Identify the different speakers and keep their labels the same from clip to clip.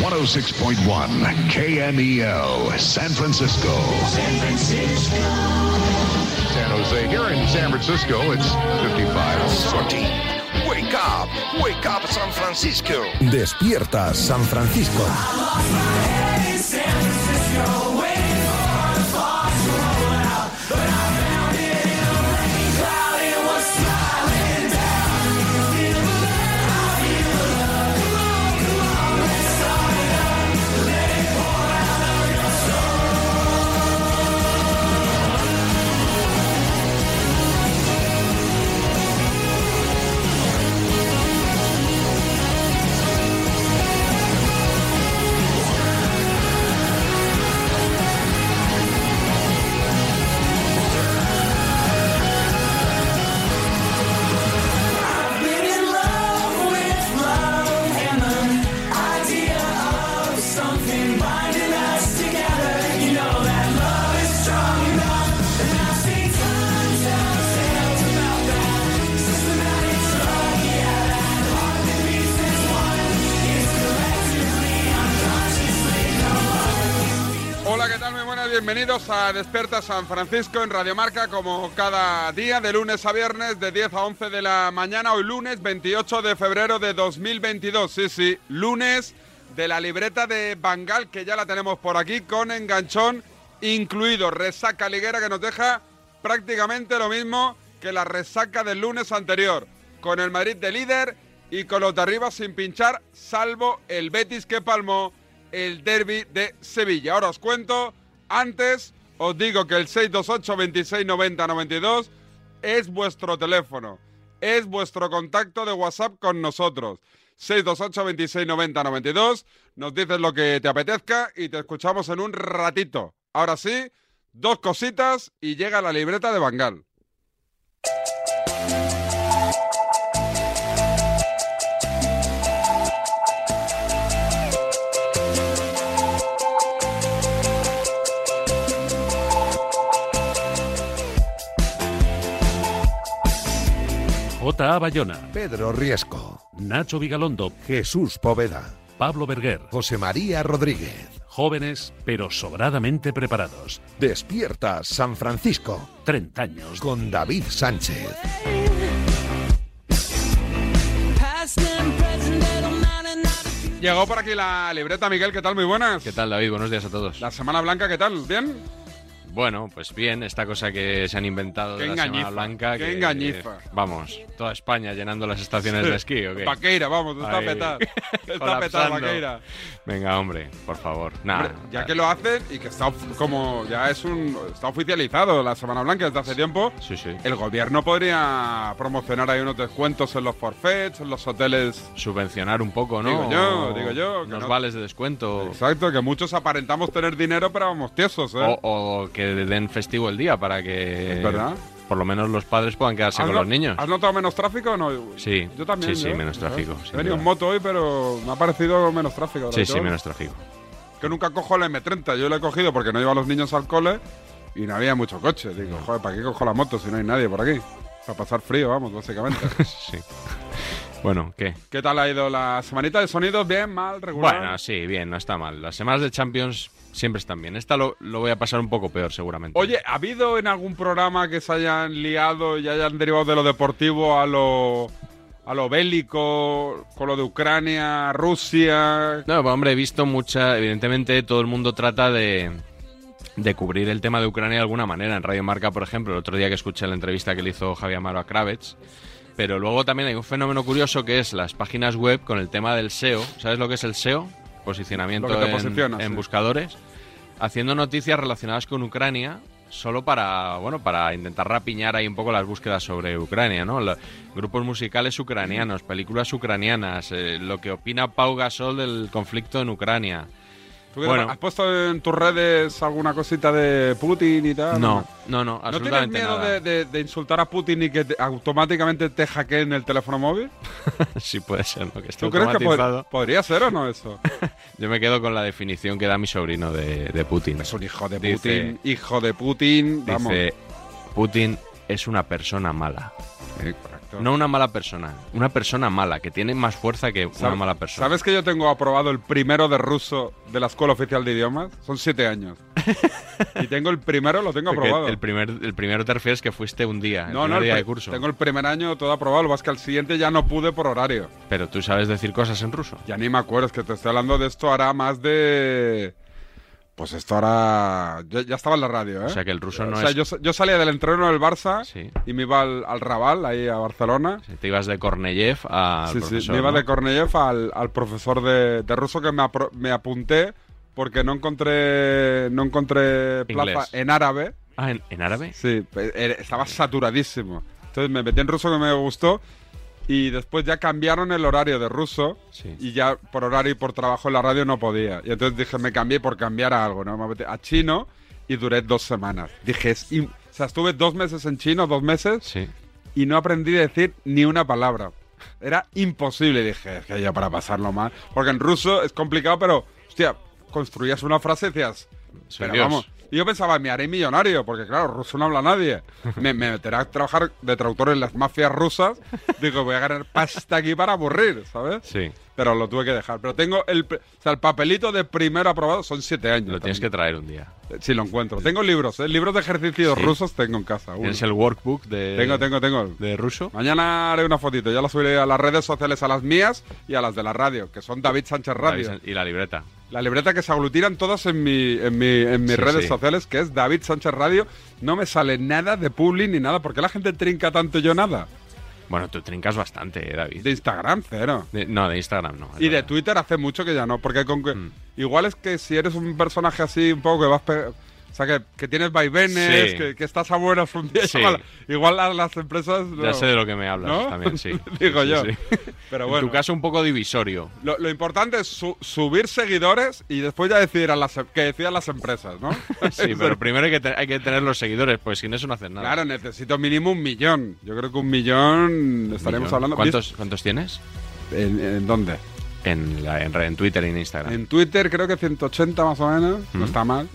Speaker 1: 106.1 KMEL, E San Francisco.
Speaker 2: San Francisco.
Speaker 3: San Jose. Here in San Francisco, it's 55.
Speaker 4: Santi, wake up, wake up San Francisco.
Speaker 5: Despierta San Francisco.
Speaker 6: Hola, ¿qué tal? Muy buenas, bienvenidos a Desperta San Francisco en Radio Marca, como cada día, de lunes a viernes, de 10 a 11 de la mañana, hoy lunes 28 de febrero de 2022. Sí, sí, lunes de la libreta de Bangal, que ya la tenemos por aquí, con enganchón incluido. Resaca liguera que nos deja prácticamente lo mismo que la resaca del lunes anterior, con el Madrid de líder y con los de arriba sin pinchar, salvo el Betis que palmó el derby de Sevilla. Ahora os cuento, antes os digo que el 628 26 90 92 es vuestro teléfono, es vuestro contacto de WhatsApp con nosotros. 628 26 90 92, nos dices lo que te apetezca y te escuchamos en un ratito. Ahora sí, dos cositas y llega la libreta de Bangal.
Speaker 7: J.A. Bayona,
Speaker 5: Pedro Riesco.
Speaker 7: Nacho Vigalondo,
Speaker 5: Jesús Poveda.
Speaker 7: Pablo Berguer.
Speaker 5: José María Rodríguez.
Speaker 7: Jóvenes, pero sobradamente preparados.
Speaker 5: Despierta San Francisco.
Speaker 7: 30 años.
Speaker 5: Con David Sánchez.
Speaker 8: Past and present, they don't matter now.
Speaker 6: Llegó por aquí la libreta, Miguel, ¿qué tal? Muy buenas.
Speaker 9: ¿Qué tal, David? Buenos días a todos.
Speaker 6: La Semana Blanca, ¿qué tal? ¿Bien?
Speaker 9: Bueno, pues bien, esta cosa que se han inventado
Speaker 6: Qué
Speaker 9: de la
Speaker 6: engañifa,
Speaker 9: Semana Blanca.
Speaker 6: qué
Speaker 9: que,
Speaker 6: engañifa.
Speaker 9: Vamos, toda España llenando las estaciones de esquí, ¿o qué?
Speaker 6: Vaqueira, vamos, está
Speaker 9: Ahí.
Speaker 6: petada. Está petada,
Speaker 9: Colapsando.
Speaker 6: Vaqueira.
Speaker 9: Venga, hombre, por favor. Nah,
Speaker 6: Hombre, ya que lo hacen y que está of- como ya es un está oficializado la Semana Blanca desde hace tiempo,
Speaker 9: Sí, sí.
Speaker 6: el gobierno podría promocionar ahí unos descuentos en los forfets, en los hoteles.
Speaker 9: Subvencionar un poco, ¿no?
Speaker 6: Digo yo,
Speaker 9: O
Speaker 6: digo yo, que
Speaker 9: Los
Speaker 6: no-
Speaker 9: vales de descuento.
Speaker 6: Exacto, que muchos aparentamos tener dinero, pero vamos tiesos, ¿eh?
Speaker 9: O, o que den festivo el día para que.
Speaker 6: Es verdad.
Speaker 9: Por lo menos los padres puedan quedarse
Speaker 6: ¿Has
Speaker 9: con
Speaker 6: no-
Speaker 9: los niños.
Speaker 6: ¿Has notado menos tráfico o no?
Speaker 9: Sí.
Speaker 6: Yo también.
Speaker 9: Sí, sí,
Speaker 6: yo,
Speaker 9: menos
Speaker 6: ¿sabes?
Speaker 9: tráfico, sin
Speaker 6: He venido en
Speaker 9: duda.
Speaker 6: moto hoy, pero me ha parecido menos tráfico.
Speaker 9: Sí,
Speaker 6: durante
Speaker 9: sí,
Speaker 6: horas.
Speaker 9: menos tráfico.
Speaker 6: Que nunca cojo la M30, yo la he cogido porque no llevo a los niños al cole y no había mucho coche. Digo, joder, ¿para qué cojo la moto si no hay nadie por aquí? Para pasar frío, vamos, básicamente.
Speaker 9: sí. Bueno, ¿qué?
Speaker 6: ¿Qué tal ha ido la semanita de sonidos? ¿Bien, mal, regular?
Speaker 9: Bueno, sí, bien, no está mal. Las semanas de Champions siempre están bien. Esta lo, lo voy a pasar un poco peor, seguramente.
Speaker 6: Oye, ¿ha habido en algún programa que se hayan liado y hayan derivado de lo deportivo a lo, a lo bélico, con lo de Ucrania, Rusia?
Speaker 9: No, pues, hombre, he visto mucha. Evidentemente, todo el mundo trata de, de cubrir el tema de Ucrania de alguna manera. En Radio Marca, por ejemplo, el otro día que escuché la entrevista que le hizo Javier Amaro a Kravets. Pero luego también hay un fenómeno curioso que es las páginas web con el tema del SEO. ¿Sabes lo que es el SEO? Posicionamiento
Speaker 6: Lo que te
Speaker 9: en- en,
Speaker 6: posiciona, sí.
Speaker 9: buscadores. Haciendo noticias relacionadas con Ucrania solo para, bueno, para intentar rapiñar ahí un poco las búsquedas sobre Ucrania, ¿no? Lo- grupos musicales ucranianos, películas ucranianas, eh, lo que opina Pau Gasol del conflicto en Ucrania.
Speaker 6: ¿Tú qué
Speaker 9: Bueno.
Speaker 6: tal? ¿Has puesto en tus redes alguna cosita de Putin y tal?
Speaker 9: No, no, no,
Speaker 6: ¿No tienes
Speaker 9: absolutamente
Speaker 6: miedo
Speaker 9: nada.
Speaker 6: de, de- de insultar a Putin y que te- automáticamente te hackeen el teléfono móvil?
Speaker 9: Sí puede ser, ¿no? Que esté
Speaker 6: ¿Tú crees que pod-
Speaker 9: automatizado.
Speaker 6: podría ser o no eso?
Speaker 9: Yo me quedo con la definición que da mi sobrino de, de Putin.
Speaker 6: Es un hijo de
Speaker 9: Dice-
Speaker 6: Putin, hijo de Putin, vamos.
Speaker 9: Dice, Putin es una persona mala.
Speaker 6: Eh, correcto. Correcto.
Speaker 9: No una mala persona, una persona mala, que tiene más fuerza que una
Speaker 6: ¿Sabes-
Speaker 9: mala persona.
Speaker 6: ¿Sabes que yo tengo aprobado el primero de ruso de la Escuela Oficial de Idiomas? Son siete años. y tengo el primero, lo tengo
Speaker 9: Porque
Speaker 6: aprobado.
Speaker 9: El, primer, el primero te refieres que fuiste un día, el
Speaker 6: no,
Speaker 9: primer
Speaker 6: no, el
Speaker 9: día
Speaker 6: pri-
Speaker 9: de curso.
Speaker 6: tengo el primer año todo aprobado, lo que pasa es que al siguiente ya no pude por horario.
Speaker 9: Pero tú sabes decir cosas en ruso.
Speaker 6: Ya ni me acuerdo, es que te estoy hablando de esto ahora más de... Pues esto ahora... Ya, ya estaba en la radio, ¿eh?
Speaker 9: O sea que el ruso no
Speaker 6: O sea,
Speaker 9: es...
Speaker 6: yo, sa- yo salía del entreno del Barça
Speaker 9: Sí.
Speaker 6: y me iba al, al Raval, ahí a Barcelona.
Speaker 9: Te ibas de Korneyev a...
Speaker 6: sí, sí, me iba de Korneyev al, al profesor de, de ruso que me, apro- me apunté porque no encontré, no encontré plaza
Speaker 9: Inglés.
Speaker 6: en árabe.
Speaker 9: Ah, ¿en, en árabe?
Speaker 6: Sí, pe- era- estaba saturadísimo. Entonces me metí en ruso que me gustó y después ya cambiaron el horario de ruso
Speaker 9: Sí.
Speaker 6: y ya por horario y por trabajo en la radio no podía. Y entonces dije, me cambié por cambiar a algo, ¿no? Me metí a chino y duré dos semanas. Dije, es... im- O sea, estuve dos meses en chino, dos meses,
Speaker 9: Sí.
Speaker 6: y no aprendí a decir ni una palabra. Era imposible, dije, es que ya para pasarlo mal. Porque en ruso es complicado, pero, hostia, construías una frase y decías,
Speaker 9: Soy
Speaker 6: pero
Speaker 9: Dios.
Speaker 6: vamos. Y yo pensaba, me haré millonario, porque claro, ruso no habla nadie. Me, me meterá a trabajar de traductor en las mafias rusas. Digo, voy a ganar pasta aquí para aburrir, ¿sabes?
Speaker 9: Sí.
Speaker 6: Pero lo tuve que dejar. Pero tengo el, pe- o sea, el papelito de primero aprobado, son siete años.
Speaker 9: Lo tienes que traer un día.
Speaker 6: Si lo encuentro. Tengo libros, ¿eh? Libros de ejercicios
Speaker 9: Sí. Eh.
Speaker 6: rusos tengo en casa. uno.
Speaker 9: ¿Tienes el workbook de...
Speaker 6: Tengo, tengo, tengo.
Speaker 9: ¿De ruso?
Speaker 6: Mañana haré una fotito, ya la subiré a las redes sociales, a las mías y a las de la radio, que son David Sánchez Radio.
Speaker 9: Y la libreta.
Speaker 6: La libreta que se aglutinan todas en, mi, en, mi- en mis
Speaker 9: Sí,
Speaker 6: redes
Speaker 9: sí.
Speaker 6: sociales, que es David Sánchez Radio. No me sale nada de publi ni nada, porque la gente trinca tanto y yo nada.
Speaker 9: Bueno, tú trincas bastante, eh, David.
Speaker 6: De Instagram, cero.
Speaker 9: De- no, de Instagram no. es
Speaker 6: Y de
Speaker 9: verdad. Mm.
Speaker 6: Twitter hace mucho que ya no, porque con que- igual es que si eres un personaje así un poco que vas... pe- O sea, que, que tienes vaivenes,
Speaker 9: Sí.
Speaker 6: que, que estás a buenas un día. y
Speaker 9: Sí.
Speaker 6: a malas. Igual a las empresas...
Speaker 9: Ya
Speaker 6: no.
Speaker 9: sé de lo que me hablas
Speaker 6: ¿No?
Speaker 9: también, sí.
Speaker 6: Digo
Speaker 9: Sí,
Speaker 6: yo.
Speaker 9: sí.
Speaker 6: Pero
Speaker 9: En
Speaker 6: bueno.
Speaker 9: tu caso un poco divisorio.
Speaker 6: Lo, lo importante es su- subir seguidores y después ya decidirán las, em, que decidan las empresas, ¿no?
Speaker 9: Sí, pero primero hay que, te- hay que tener los seguidores, pues sin eso no hacen nada.
Speaker 6: Claro, necesito mínimo un millón. Yo creo que un millón estaremos
Speaker 9: Millón.
Speaker 6: hablando.
Speaker 9: ¿Cuántos, ¿Cuántos tienes?
Speaker 6: ¿En, en dónde?
Speaker 9: En, la- en, re- en Twitter y en Instagram.
Speaker 6: En Twitter creo que 180 más o menos. No está mal.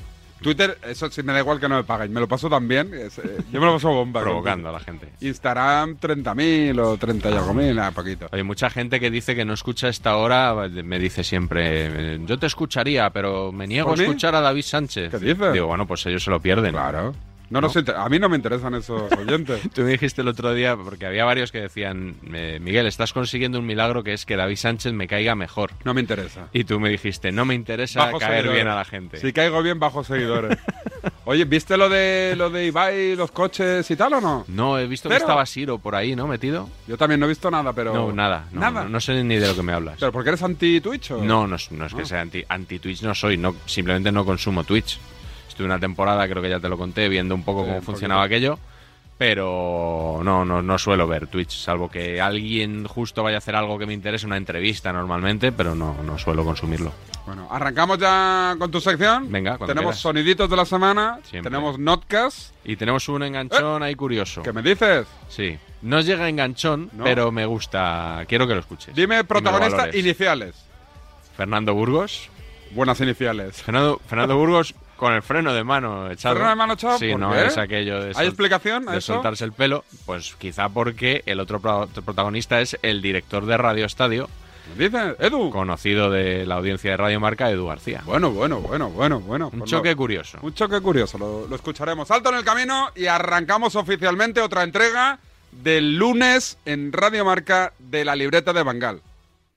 Speaker 6: Twitter, eso sí, me da igual que no me paguen. Me lo paso también. es, eh, yo me lo paso bomba.
Speaker 9: Provocando a la gente.
Speaker 6: Instagram 30.000 o 30 y algo mil, nada, poquito.
Speaker 9: Hay mucha gente que dice que no escucha esta hora, me dice siempre, eh, yo te escucharía, pero me niego a
Speaker 6: ¿Por mí?
Speaker 9: escuchar a David Sánchez.
Speaker 6: ¿Qué dices?
Speaker 9: Digo, bueno, pues ellos se lo pierden.
Speaker 6: Claro. No, nos inter- a mí no me interesan esos oyentes.
Speaker 9: Tú me dijiste el otro día, porque había varios que decían, eh, Miguel, estás consiguiendo un milagro que es que David Sánchez me caiga mejor.
Speaker 6: No me interesa.
Speaker 9: Y tú me dijiste, no me interesa
Speaker 6: Bajo
Speaker 9: caer
Speaker 6: seguidores.
Speaker 9: bien a la gente.
Speaker 6: Si caigo bien, bajo seguidores. Oye, ¿viste lo de lo de Ibai, los coches y tal o no?
Speaker 9: No, he visto que
Speaker 6: Pero-
Speaker 9: estaba Siro por ahí, ¿no? Metido.
Speaker 6: Yo también no he visto nada, pero.
Speaker 9: No, nada. No,
Speaker 6: nada.
Speaker 9: No, no sé ni de lo que me hablas.
Speaker 6: ¿Pero porque eres anti-Twitch o.?
Speaker 9: No, no, es- no es que sea anti- anti-Twitch, no soy. No, simplemente no consumo Twitch. Estuve una temporada, creo que ya te lo conté, viendo un poco
Speaker 6: Sí,
Speaker 9: cómo
Speaker 6: un
Speaker 9: funcionaba aquello. Pero no, no, no suelo ver Twitch, salvo que alguien justo vaya a hacer algo que me interese, una entrevista normalmente, pero no, no suelo consumirlo.
Speaker 6: Bueno, arrancamos ya con tu sección.
Speaker 9: Venga, cuando
Speaker 6: Tenemos
Speaker 9: quieras.
Speaker 6: soniditos de la semana.
Speaker 9: Siempre.
Speaker 6: Tenemos notcast. Eh,
Speaker 9: Y tenemos un enganchón ahí curioso.
Speaker 6: ¿Qué me dices?
Speaker 9: Sí. No llega enganchón,
Speaker 6: No.
Speaker 9: pero me gusta. Quiero que lo escuches. Y me
Speaker 6: Dime
Speaker 9: lo
Speaker 6: protagonistas
Speaker 9: valores.
Speaker 6: iniciales.
Speaker 9: Fernando Burgos.
Speaker 6: Buenas iniciales.
Speaker 9: Fernando, Fernando Burgos con el freno de mano echado.
Speaker 6: ¿Freno de mano echado?
Speaker 9: Sí,
Speaker 6: ¿Por
Speaker 9: no
Speaker 6: qué?
Speaker 9: es aquello de, sol-
Speaker 6: ¿Hay explicación a
Speaker 9: de
Speaker 6: eso?
Speaker 9: soltarse el pelo. Pues quizá porque el otro pro- protagonista es el director de Radio Estadio,
Speaker 6: ¿Me dices? Edu.
Speaker 9: conocido de la audiencia de Radio Marca, Edu García.
Speaker 6: Bueno, bueno, bueno, bueno, bueno.
Speaker 9: Un
Speaker 6: Pues
Speaker 9: choque
Speaker 6: lo-
Speaker 9: curioso.
Speaker 6: Un choque curioso, lo, lo escucharemos. Alto en el camino y arrancamos oficialmente otra entrega del lunes en Radio Marca de la libreta de Bangal.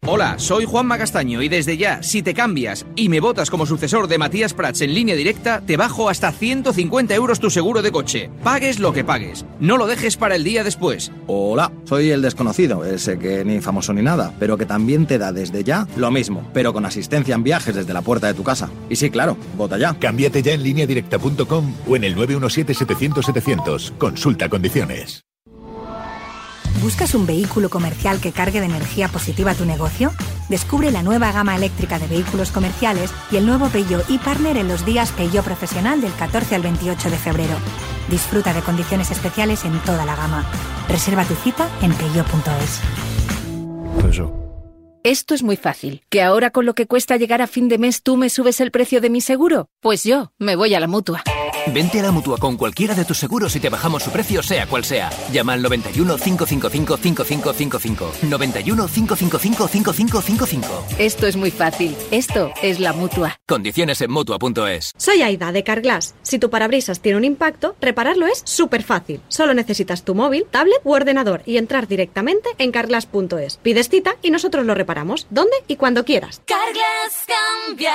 Speaker 10: Hola, soy Juanma Castaño y desde ya, si te cambias y me votas como sucesor de Matías Prats en línea directa, te bajo hasta 150 euros tu seguro de coche. Pagues lo que pagues. No lo dejes para el día después.
Speaker 11: Hola, soy el desconocido, ese que ni famoso ni nada, pero que también te da desde ya lo mismo, pero con asistencia en viajes desde la puerta de tu casa. Y sí, claro, vota ya.
Speaker 1: Cámbiate ya en lineadirecta.com o en el 917-700-700. Consulta condiciones.
Speaker 12: ¿Buscas un vehículo comercial que cargue de energía positiva tu negocio? Descubre la nueva gama eléctrica de vehículos comerciales y el nuevo Peugeot e-Partner en los días Peugeot Profesional del 14 al 28 de febrero. Disfruta de condiciones especiales en toda la gama. Reserva tu cita en peugeot.es.
Speaker 13: Esto es muy fácil. ¿Que ahora con lo que cuesta llegar a fin de mes tú me subes el precio de mi seguro? Pues yo me voy a la mutua. Vente a la mutua con cualquiera de tus seguros y te bajamos su precio, sea cual sea. Llama al 91 555 5555. 91 555 5555.
Speaker 14: Esto es muy fácil. Esto es la mutua.
Speaker 13: Condiciones en mutua.es.
Speaker 15: Soy Aida de Carglass. Si tu parabrisas tiene un impacto, repararlo es súper fácil. Solo necesitas tu móvil, tablet u ordenador y entrar directamente en carglass.es. Pides cita y nosotros lo reparamos donde y cuando quieras.
Speaker 8: Carglass cambia,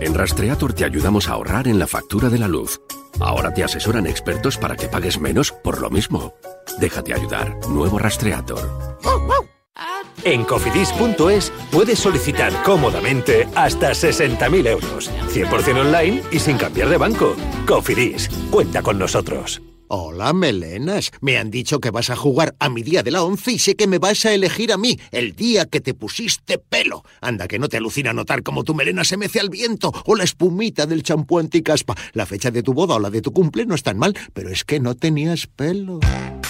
Speaker 16: En Rastreator te ayudamos a ahorrar en la factura de la luz. Ahora te asesoran expertos para que pagues menos por lo mismo. Déjate ayudar. Nuevo Rastreator.
Speaker 5: En cofidis.es puedes solicitar cómodamente hasta 60.000 euros, 100% online y sin cambiar de banco. Cofidis, cuenta con nosotros.
Speaker 10: Hola, melenas. Me han dicho que vas a jugar a mi día de la once y sé que me vas a elegir a mí, el día que te pusiste pelo. Anda, que no te alucina notar cómo tu melena se mece al viento o la espumita del champú anticaspa. La fecha de tu boda o la de tu cumple no es tan mal, pero es que no tenías pelo.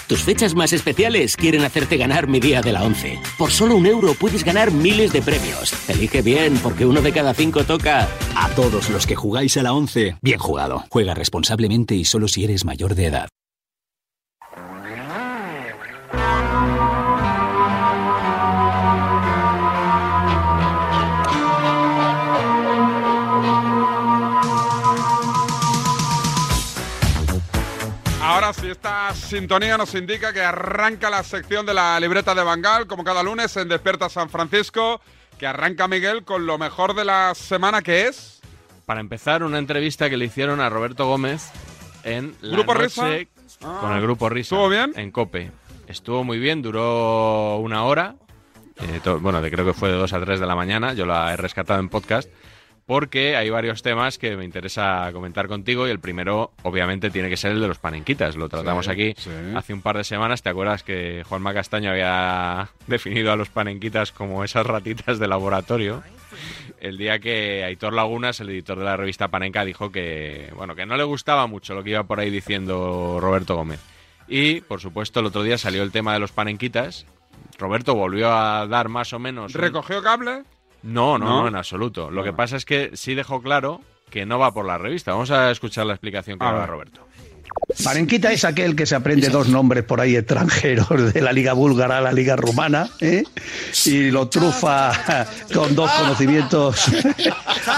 Speaker 17: Tus fechas más especiales quieren hacerte ganar mi día de la 11. Por solo un euro puedes ganar miles de premios. Elige bien, porque uno de cada cinco toca.
Speaker 18: A todos los que jugáis a la 11, bien jugado. Juega responsablemente y solo si eres mayor de edad.
Speaker 6: Ahora sí, esta sintonía nos indica que arranca la sección de la libreta de Bangal, como cada lunes en Despierta San Francisco, que arranca Miguel con lo mejor de la semana que es.
Speaker 9: Para empezar, una entrevista que le hicieron a Roberto Gómez en la
Speaker 6: ¿Grupo
Speaker 9: noche
Speaker 6: Risa?
Speaker 9: con
Speaker 6: Ah.
Speaker 9: el grupo Risa.
Speaker 6: ¿Estuvo bien?
Speaker 9: En Cope. Estuvo muy bien, duró una hora. Eh, to- bueno, de- creo que fue de 2 a 3 de la mañana. Yo la he rescatado en podcast porque hay varios temas que me interesa comentar contigo y el primero, obviamente, tiene que ser el de los panenquitas. Lo tratamos
Speaker 6: Sí,
Speaker 9: aquí
Speaker 6: sí.
Speaker 9: hace un par de semanas. ¿Te acuerdas que Juanma Castaño había definido a los panenquitas como esas ratitas de laboratorio? El día que Aitor Lagunas, el editor de la revista Panenca, dijo que, bueno, que no le gustaba mucho lo que iba por ahí diciendo Roberto Gómez. Y, por supuesto, el otro día salió el tema de los panenquitas. Roberto volvió a dar más o menos... un-
Speaker 6: ¿Recogió cable?
Speaker 9: no, no,
Speaker 6: ¿No?
Speaker 9: no, en absoluto. Lo que pasa es que sí dejó claro que no va por la revista. Vamos a escuchar la explicación que
Speaker 19: A
Speaker 9: da
Speaker 19: ver.
Speaker 9: Roberto.
Speaker 19: Parenquita es aquel que se aprende dos nombres por ahí extranjeros, de la liga búlgara a la liga rumana, ¿eh? y lo trufa con dos conocimientos,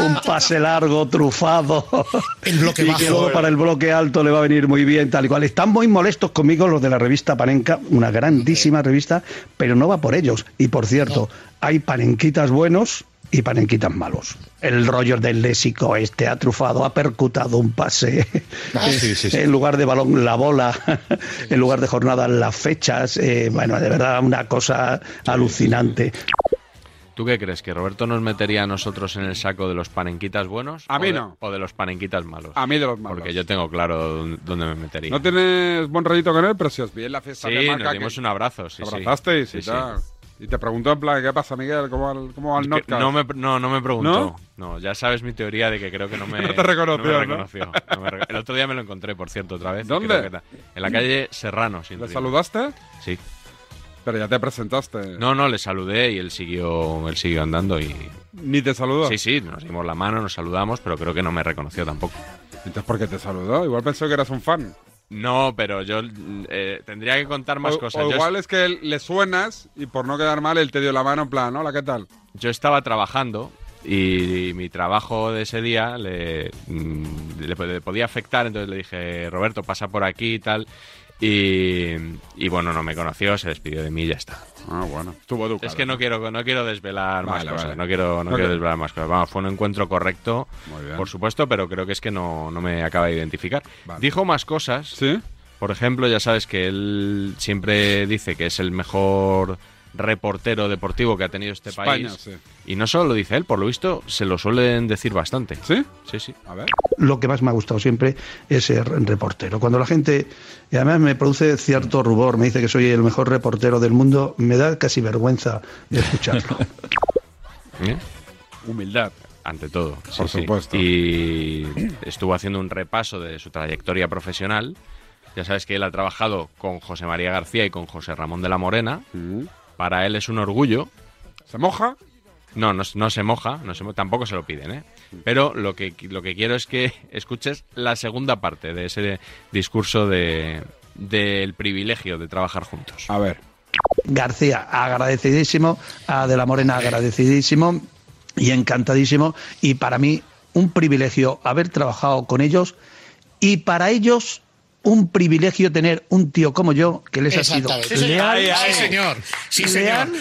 Speaker 19: un pase largo, trufado, el
Speaker 20: Ah. bloque
Speaker 19: y
Speaker 20: bajo.
Speaker 19: que luego para el bloque alto le va a venir muy bien, tal y cual. Están muy molestos conmigo los de la revista Panenca, una grandísima revista, pero no va por ellos. Y por cierto, hay panenquitas buenos y panenquitas malos. El Roger del Lésico este ha trufado, ha percutado un pase. En lugar de balón, la bola. En lugar de jornada, las fechas. Eh, bueno, de verdad, una cosa alucinante.
Speaker 9: ¿Tú qué crees? ¿Que Roberto nos metería a nosotros en el saco de los panenquitas buenos?
Speaker 6: A
Speaker 9: o
Speaker 6: mí
Speaker 9: de-
Speaker 6: no.
Speaker 9: ¿O de los panenquitas malos?
Speaker 6: A mí de los malos.
Speaker 9: Porque yo tengo claro dónde- dónde me metería.
Speaker 6: No tienes buen rollito con él, pero si os vi en la fiesta
Speaker 9: Sí,
Speaker 6: de marca
Speaker 9: nos
Speaker 6: que-
Speaker 9: dimos un abrazo. Sí,
Speaker 6: Te
Speaker 9: sí.
Speaker 6: abrazasteis y
Speaker 9: Sí, sí.
Speaker 6: tal. Y te preguntó en plan, ¿qué pasa, Miguel? ¿Cómo va el, cómo va el
Speaker 9: Que-
Speaker 6: Notcast?
Speaker 9: no, me, no, no me
Speaker 6: ¿No?
Speaker 9: preguntó. ¿No? ya sabes mi teoría de que creo que no me,
Speaker 6: No te reconoció,
Speaker 9: no me
Speaker 6: ¿no?
Speaker 9: reconoció. No me reco- el otro día me lo encontré, por cierto, otra vez. y
Speaker 6: ¿Dónde?
Speaker 9: creo que ta- en la calle Serrano. sin
Speaker 6: ¿Le
Speaker 9: duda.
Speaker 6: saludaste?
Speaker 9: Sí.
Speaker 6: Pero ya te presentaste.
Speaker 9: No, no, le saludé y él siguió, él siguió andando y...
Speaker 6: ¿Ni te saludó?
Speaker 9: Sí, sí, nos dimos la mano, nos saludamos, pero creo que no me reconoció tampoco.
Speaker 6: Entonces, ¿por qué te saludó? Igual pensó que eras un fan.
Speaker 9: No, pero yo eh, tendría que contar más
Speaker 6: o,
Speaker 9: cosas.
Speaker 6: o
Speaker 9: Yo-
Speaker 6: igual es que le suenas y por no quedar mal, él te dio la mano en plan, hola, ¿qué tal?
Speaker 9: yo estaba trabajando y, mi trabajo de ese día le, mm, le, le podía afectar, entonces le dije, Roberto, pasa por aquí y tal. Y, y bueno, no me conoció, se despidió de mí y ya está.
Speaker 6: Ah, bueno, estuvo
Speaker 9: Es que no quiero, no quiero desvelar más
Speaker 6: Vale,
Speaker 9: cosas,
Speaker 6: vale.
Speaker 9: no quiero, no
Speaker 6: Ok.
Speaker 9: quiero desvelar más cosas. Vamos, fue un encuentro correcto, por supuesto, pero creo que es que no, no me acaba de identificar. Dijo más cosas.
Speaker 6: Sí.
Speaker 9: Por ejemplo, ya sabes que él siempre dice que es el mejor reportero deportivo que ha tenido este
Speaker 6: España,
Speaker 9: país.
Speaker 6: sí.
Speaker 9: Y no solo lo dice él, por lo visto se lo suelen decir bastante.
Speaker 6: ¿Sí?
Speaker 9: Sí, sí.
Speaker 6: A ver.
Speaker 19: Lo que más me ha gustado siempre es ser reportero. Cuando la gente, y además me produce cierto rubor, me dice que soy el mejor reportero del mundo, me da casi vergüenza de escucharlo.
Speaker 9: Humildad. ¿Eh? Ante todo.
Speaker 6: Por supuesto.
Speaker 9: Y estuvo haciendo un repaso de su trayectoria profesional. Ya sabes que él ha trabajado con José María García y con José Ramón de la Morena. Para él es un orgullo.
Speaker 6: Mm. ¿Se moja?
Speaker 9: No, no, no se moja, no se mo- tampoco se lo piden, ¿eh? Pero lo que, lo que quiero es que escuches la segunda parte de ese discurso de, del privilegio de trabajar juntos.
Speaker 6: A ver.
Speaker 19: García, agradecidísimo, a De la Morena, agradecidísimo y encantadísimo. Y para mí, un privilegio haber trabajado con ellos y para ellos, un privilegio tener un tío como yo que les ha sido
Speaker 2: Exactamente.
Speaker 19: leal,
Speaker 2: Ahí, ahí, sí, señor. Sí,
Speaker 19: leal,
Speaker 2: señor.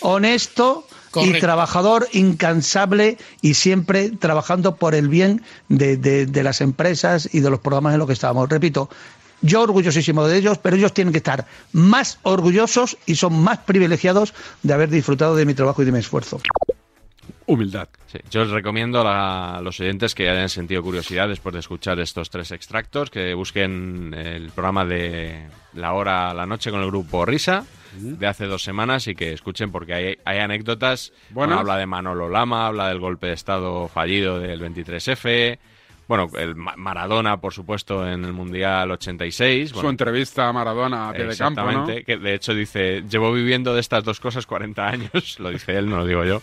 Speaker 19: honesto. Y
Speaker 2: Correcto.
Speaker 19: trabajador incansable y siempre trabajando por el bien de, de- de las empresas y de los programas en los que estábamos. Repito, yo orgullosísimo de ellos, pero ellos tienen que estar más orgullosos y son más privilegiados de haber disfrutado de mi trabajo y de mi esfuerzo.
Speaker 6: Humildad.
Speaker 9: Sí, yo os recomiendo a la- a los oyentes que hayan sentido curiosidad después de escuchar estos tres extractos, que busquen el programa de La Hora a la Noche con el grupo Risa de hace dos semanas y que escuchen porque hay, hay anécdotas.
Speaker 6: Bueno.
Speaker 9: habla de Manolo Lama, habla del golpe de Estado fallido del 23F. Bueno, el Ma- Maradona, por supuesto, en el Mundial 86.
Speaker 6: Su
Speaker 9: Bueno,
Speaker 6: entrevista a Maradona a pie de campo, ¿no?
Speaker 9: Exactamente, que de hecho dice, llevo viviendo de estas dos cosas 40 años, lo dice él, no lo digo yo.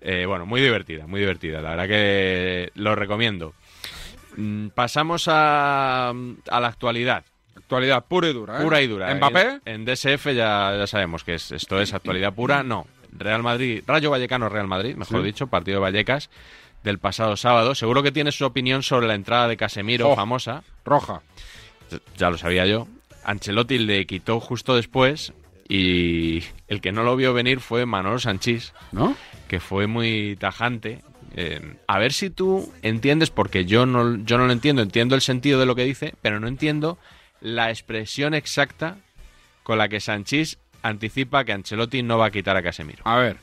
Speaker 9: Eh, bueno, muy divertida, muy divertida, la verdad que lo recomiendo. Mm, Pasamos a, a la actualidad.
Speaker 6: Actualidad pura y dura, ¿eh?
Speaker 9: Pura y dura.
Speaker 6: ¿Mbappé?
Speaker 9: En, en DSF ya, ya sabemos que es, esto es actualidad pura, no. Real Madrid, Rayo Vallecano Real Madrid, mejor
Speaker 6: Sí.
Speaker 9: dicho, partido de Vallecas del pasado sábado. Seguro que tienes su opinión sobre la entrada de Casemiro,
Speaker 6: Oh.
Speaker 9: famosa.
Speaker 6: Roja.
Speaker 9: Ya lo sabía yo. Ancelotti le quitó justo después y el que no lo vio venir fue Manolo Sanchís,
Speaker 6: ¿no?
Speaker 9: Que fue muy tajante. Eh, a ver si tú entiendes, porque yo no, yo no lo entiendo, entiendo el sentido de lo que dice, pero no entiendo la expresión exacta con la que Sanchís anticipa que Ancelotti no va a quitar a Casemiro.
Speaker 6: A ver.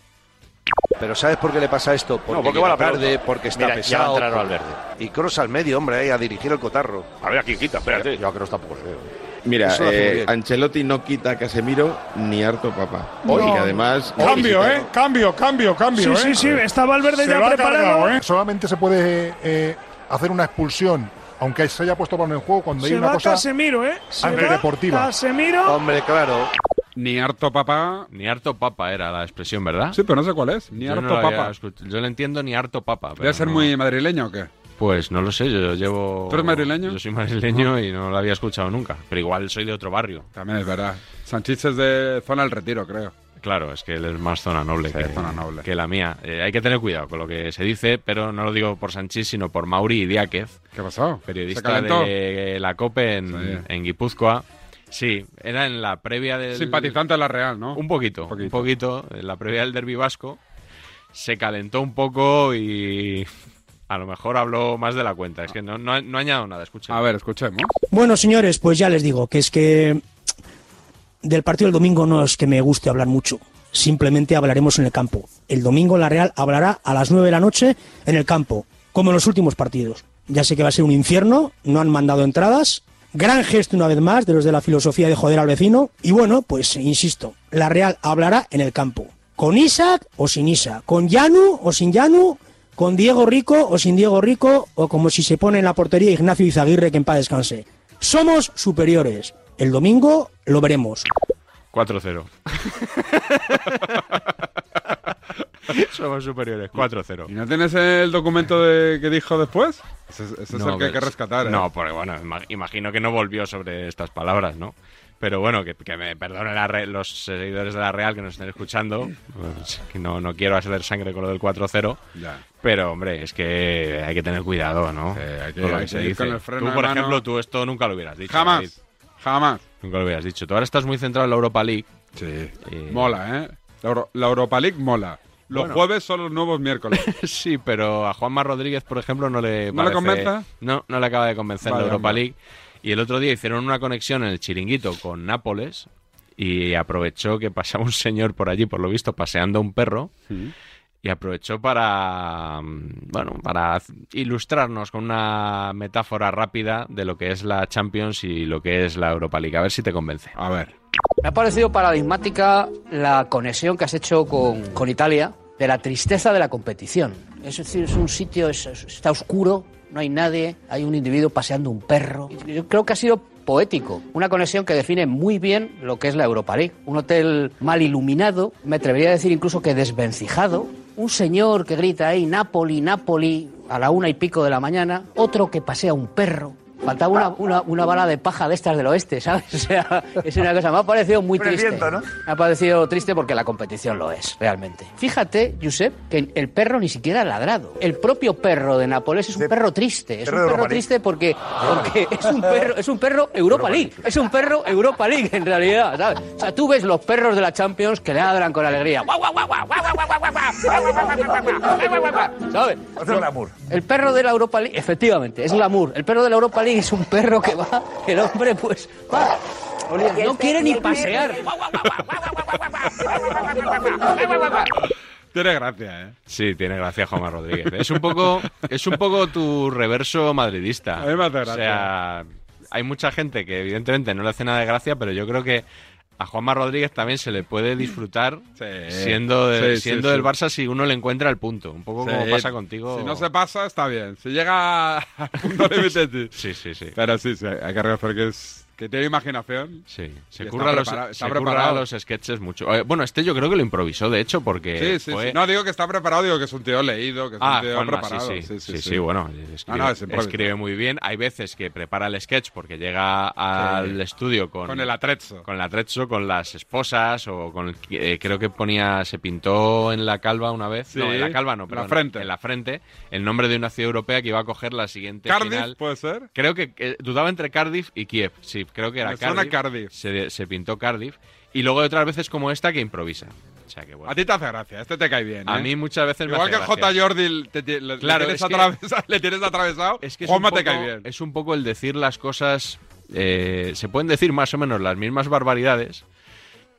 Speaker 3: Pero ¿sabes por qué le pasa esto? Porque,
Speaker 9: porque
Speaker 3: llega
Speaker 9: va la pelota.
Speaker 3: tarde, porque está
Speaker 9: Mira, ya va a
Speaker 3: pesado.
Speaker 9: entrar
Speaker 3: porque- Y Cross al medio, hombre, ahí, a dirigir el cotarro.
Speaker 21: A ver, aquí quita, espérate.
Speaker 3: Yo a Cross tampoco le veo.
Speaker 21: Mira,
Speaker 3: Eso lo hace muy
Speaker 21: eh,
Speaker 3: bien.
Speaker 21: Ancelotti no quita a Casemiro ni harto papá.
Speaker 22: Hoy.
Speaker 21: y además.
Speaker 22: Cambio, ¿eh?
Speaker 21: Cambio, cambio,
Speaker 22: Sí, sí, sí, está Valverde
Speaker 21: Se lo
Speaker 22: ya
Speaker 21: ha
Speaker 22: preparado.
Speaker 21: cargado, ¿eh?
Speaker 22: Solamente se puede eh, hacer una expulsión, aunque se haya puesto balón en juego, cuando hay Se una va cosa Casemiro, ¿eh? Se va antideportiva. Casemiro.
Speaker 3: Hombre, claro.
Speaker 6: Ni harto papá.
Speaker 9: Ni harto papa era la expresión, ¿verdad?
Speaker 6: Sí, pero no sé cuál es. Ni
Speaker 9: Yo
Speaker 6: harto
Speaker 9: no la había
Speaker 6: papa.
Speaker 9: escuch- Yo le entiendo ni harto papa. pero
Speaker 6: ¿Debe ser
Speaker 9: no-
Speaker 6: muy madrileño o qué?
Speaker 9: Pues no lo sé, yo llevo.
Speaker 6: ¿Tú eres madrileño?
Speaker 9: Yo soy madrileño y no lo había escuchado nunca. Pero igual soy de otro barrio.
Speaker 6: También es verdad. Sanchís es de zona del retiro, creo.
Speaker 9: Claro, es que él es más zona noble, que,
Speaker 6: zona noble.
Speaker 9: que la mía. Eh, hay que tener cuidado con lo que se dice, pero no lo digo por Sanchís, sino por Mauri Idiáquez.
Speaker 6: ¿Qué ha pasado? ¿Se
Speaker 9: Periodista
Speaker 6: calentó?
Speaker 9: de la COPE en,
Speaker 6: Sí.
Speaker 9: en Guipúzcoa. Sí, era en la previa del.
Speaker 6: Simpatizante de la Real, ¿no?
Speaker 9: Un poquito, un poquito. En la previa del derbi vasco se calentó un poco y. A lo mejor habló más de la cuenta. Es que no, no, no añado nada, escucha.
Speaker 6: A ver, escuchemos.
Speaker 23: Bueno, señores, pues ya les digo que es que del partido del domingo no es que me guste hablar mucho. Simplemente hablaremos en el campo. El domingo la Real hablará a las 9 de la noche en el campo, como en los últimos partidos. Ya sé que va a ser un infierno, no han mandado entradas. Gran gesto una vez más de los de la filosofía de joder al vecino. Y bueno, pues insisto, la Real hablará en el campo. Con Isaac o sin Isaac, con Yanu o sin Yanu, con Diego Rico o sin Diego Rico, o como si se pone en la portería Ignacio Izaguirre que en paz descanse. Somos superiores. El domingo lo veremos.
Speaker 9: 4-0. Somos superiores, 4-0.
Speaker 6: ¿Y no tienes el documento de que dijo después? Ese, es- ese es
Speaker 9: No,
Speaker 6: el que hay que
Speaker 9: pero-
Speaker 6: rescatar. ¿eh?
Speaker 9: No, porque bueno, ima- imagino que no volvió sobre estas palabras, ¿no? Pero bueno, que, que me perdonen la re- los seguidores de la Real que nos estén escuchando. pues, que no, no quiero hacer sangre con lo del 4-0.
Speaker 6: Ya.
Speaker 9: Pero hombre, es que hay que tener cuidado, ¿no?
Speaker 6: que-
Speaker 9: Con lo
Speaker 6: hay
Speaker 9: que se
Speaker 6: que ir
Speaker 9: dice.
Speaker 6: con el freno
Speaker 9: tú,
Speaker 6: de
Speaker 9: por
Speaker 6: mano.
Speaker 9: ejemplo, tú esto nunca lo hubieras dicho.
Speaker 6: Jamás.
Speaker 9: David.
Speaker 6: Jamás.
Speaker 9: Nunca lo hubieras dicho. Tú ahora estás muy centrado en la Europa League.
Speaker 6: Sí. Mola, ¿eh? La, Euro- la Europa League mola. Los
Speaker 9: Bueno.
Speaker 6: jueves son los nuevos miércoles.
Speaker 9: sí, pero a Juanma Rodríguez, por ejemplo, no le
Speaker 6: ¿No le
Speaker 9: parece-
Speaker 6: convence?
Speaker 9: No, no le acaba de convencer
Speaker 6: Vale,
Speaker 9: la Europa
Speaker 6: hombre.
Speaker 9: League. Y el otro día hicieron una conexión en el chiringuito con Nápoles y aprovechó que pasaba un señor por allí, por lo visto, paseando a un perro. Y aprovechó para, mm, bueno, para ilustrarnos con una metáfora rápida de lo que es la Champions y lo que es la Europa League. A ver si te convence. A ver.
Speaker 2: Me ha parecido paradigmática la conexión que has hecho con, con Italia de la tristeza de la competición. Es decir, es un sitio, es- es- está oscuro, no hay nadie, hay un individuo paseando un perro. Yo creo que ha sido poético, una conexión que define muy bien lo que es la Europa League. Un hotel mal iluminado, me atrevería a decir incluso que desvencijado, un señor que grita ahí, Napoli, Napoli, a la una y pico de la mañana, otro que pasea un perro. Faltaba una, una, una bala de paja de estas del oeste, ¿sabes? O sea, es una cosa. Me ha parecido muy
Speaker 4: Con el
Speaker 2: triste.
Speaker 4: viento, ¿no?
Speaker 2: Me ha parecido triste porque la competición lo es, realmente. Fíjate, Josep, que el perro ni siquiera ha ladrado. El propio perro de Nápoles es un perro triste. Es
Speaker 4: perro de
Speaker 2: un
Speaker 4: Europa
Speaker 2: perro
Speaker 4: League.
Speaker 2: triste porque, porque es, un perro, es un perro Europa League. Es un perro Europa League, en realidad, ¿sabes? O sea, tú ves los perros de la Champions que ladran con alegría. ¡Guau, guau, guau, guau, guau, guau, guau, guau, guau, guau, guau, guau, guau, guau, guau, guau, guau! ¿Sabes?
Speaker 4: Hace un amor.
Speaker 2: El perro de la Europa League, efectivamente, es Lamour. El perro de la Europa League es un perro que va, el hombre pues va, no quiere ni pasear.
Speaker 6: Tiene gracia, ¿eh?
Speaker 9: Sí, tiene gracia Juanma Rodríguez. Es un poco, es un poco tu reverso madridista.
Speaker 6: A mí me hace gracia.
Speaker 9: O sea, hay mucha gente que evidentemente no le hace nada de gracia, pero yo creo que a Juanma Rodríguez también se le puede disfrutar siendo, de-
Speaker 6: Eh, Sí, sí,
Speaker 9: siendo
Speaker 6: sí.
Speaker 9: del Barça si uno le encuentra el punto. Un poco como
Speaker 6: Sí.
Speaker 9: pasa contigo.
Speaker 6: Si no se pasa, está bien. Si llega al punto límite, sí.
Speaker 9: Sí, sí, sí.
Speaker 6: Pero sí, sí, hay que reconocer que, es, que tiene imaginación.
Speaker 9: Sí,
Speaker 6: Y
Speaker 9: se
Speaker 6: está
Speaker 9: curra, los,
Speaker 6: prepara-
Speaker 9: se
Speaker 6: está
Speaker 9: curra
Speaker 6: preparado.
Speaker 9: los sketches mucho. Eh, Bueno, este yo creo que lo improvisó, de hecho, porque
Speaker 6: Sí, sí,
Speaker 9: fue-
Speaker 6: sí. No, digo que está preparado, digo que es un tío leído, que es
Speaker 9: Ah,
Speaker 6: un tío
Speaker 9: Juanma,
Speaker 6: preparado.
Speaker 9: sí, sí, sí, sí,
Speaker 6: sí.
Speaker 9: bueno,
Speaker 6: No,
Speaker 9: escribe,
Speaker 6: Ah, no, es improviso.
Speaker 9: escribe muy bien. Hay veces que prepara el sketch porque llega al estudio con,
Speaker 6: Con el atrezzo.
Speaker 9: Con el atrezzo, con las esposas o con... eh, creo que ponía, se pintó en la calva una vez.
Speaker 6: Sí,
Speaker 9: no, en la calva no,
Speaker 6: en la
Speaker 9: perdón,
Speaker 6: frente.
Speaker 9: En la frente, el nombre de una ciudad europea que iba a coger la siguiente
Speaker 6: Cardiff,
Speaker 9: final.
Speaker 6: puede ser.
Speaker 9: Creo que eh, dudaba entre Cardiff y Kiev. Sí, creo que era
Speaker 6: Me
Speaker 9: Cardiff.
Speaker 6: suena
Speaker 9: Se, se pintó Cardiff. Y luego hay otras veces como esta que improvisa. O sea que bueno.
Speaker 6: A ti te hace gracia, este te cae bien.
Speaker 9: A
Speaker 6: ¿eh?
Speaker 9: mí muchas veces me
Speaker 6: Igual
Speaker 9: hace
Speaker 6: que
Speaker 9: gracia.
Speaker 6: J. Jordi te ti- le,
Speaker 9: Claro,
Speaker 6: le, tienes
Speaker 9: es que-
Speaker 6: atravesa- le tienes atravesado,
Speaker 9: Es que es
Speaker 6: Juanma
Speaker 9: un
Speaker 6: te
Speaker 9: poco-
Speaker 6: cae bien.
Speaker 9: Es un poco el decir las cosas. eh, se pueden decir más o menos las mismas barbaridades,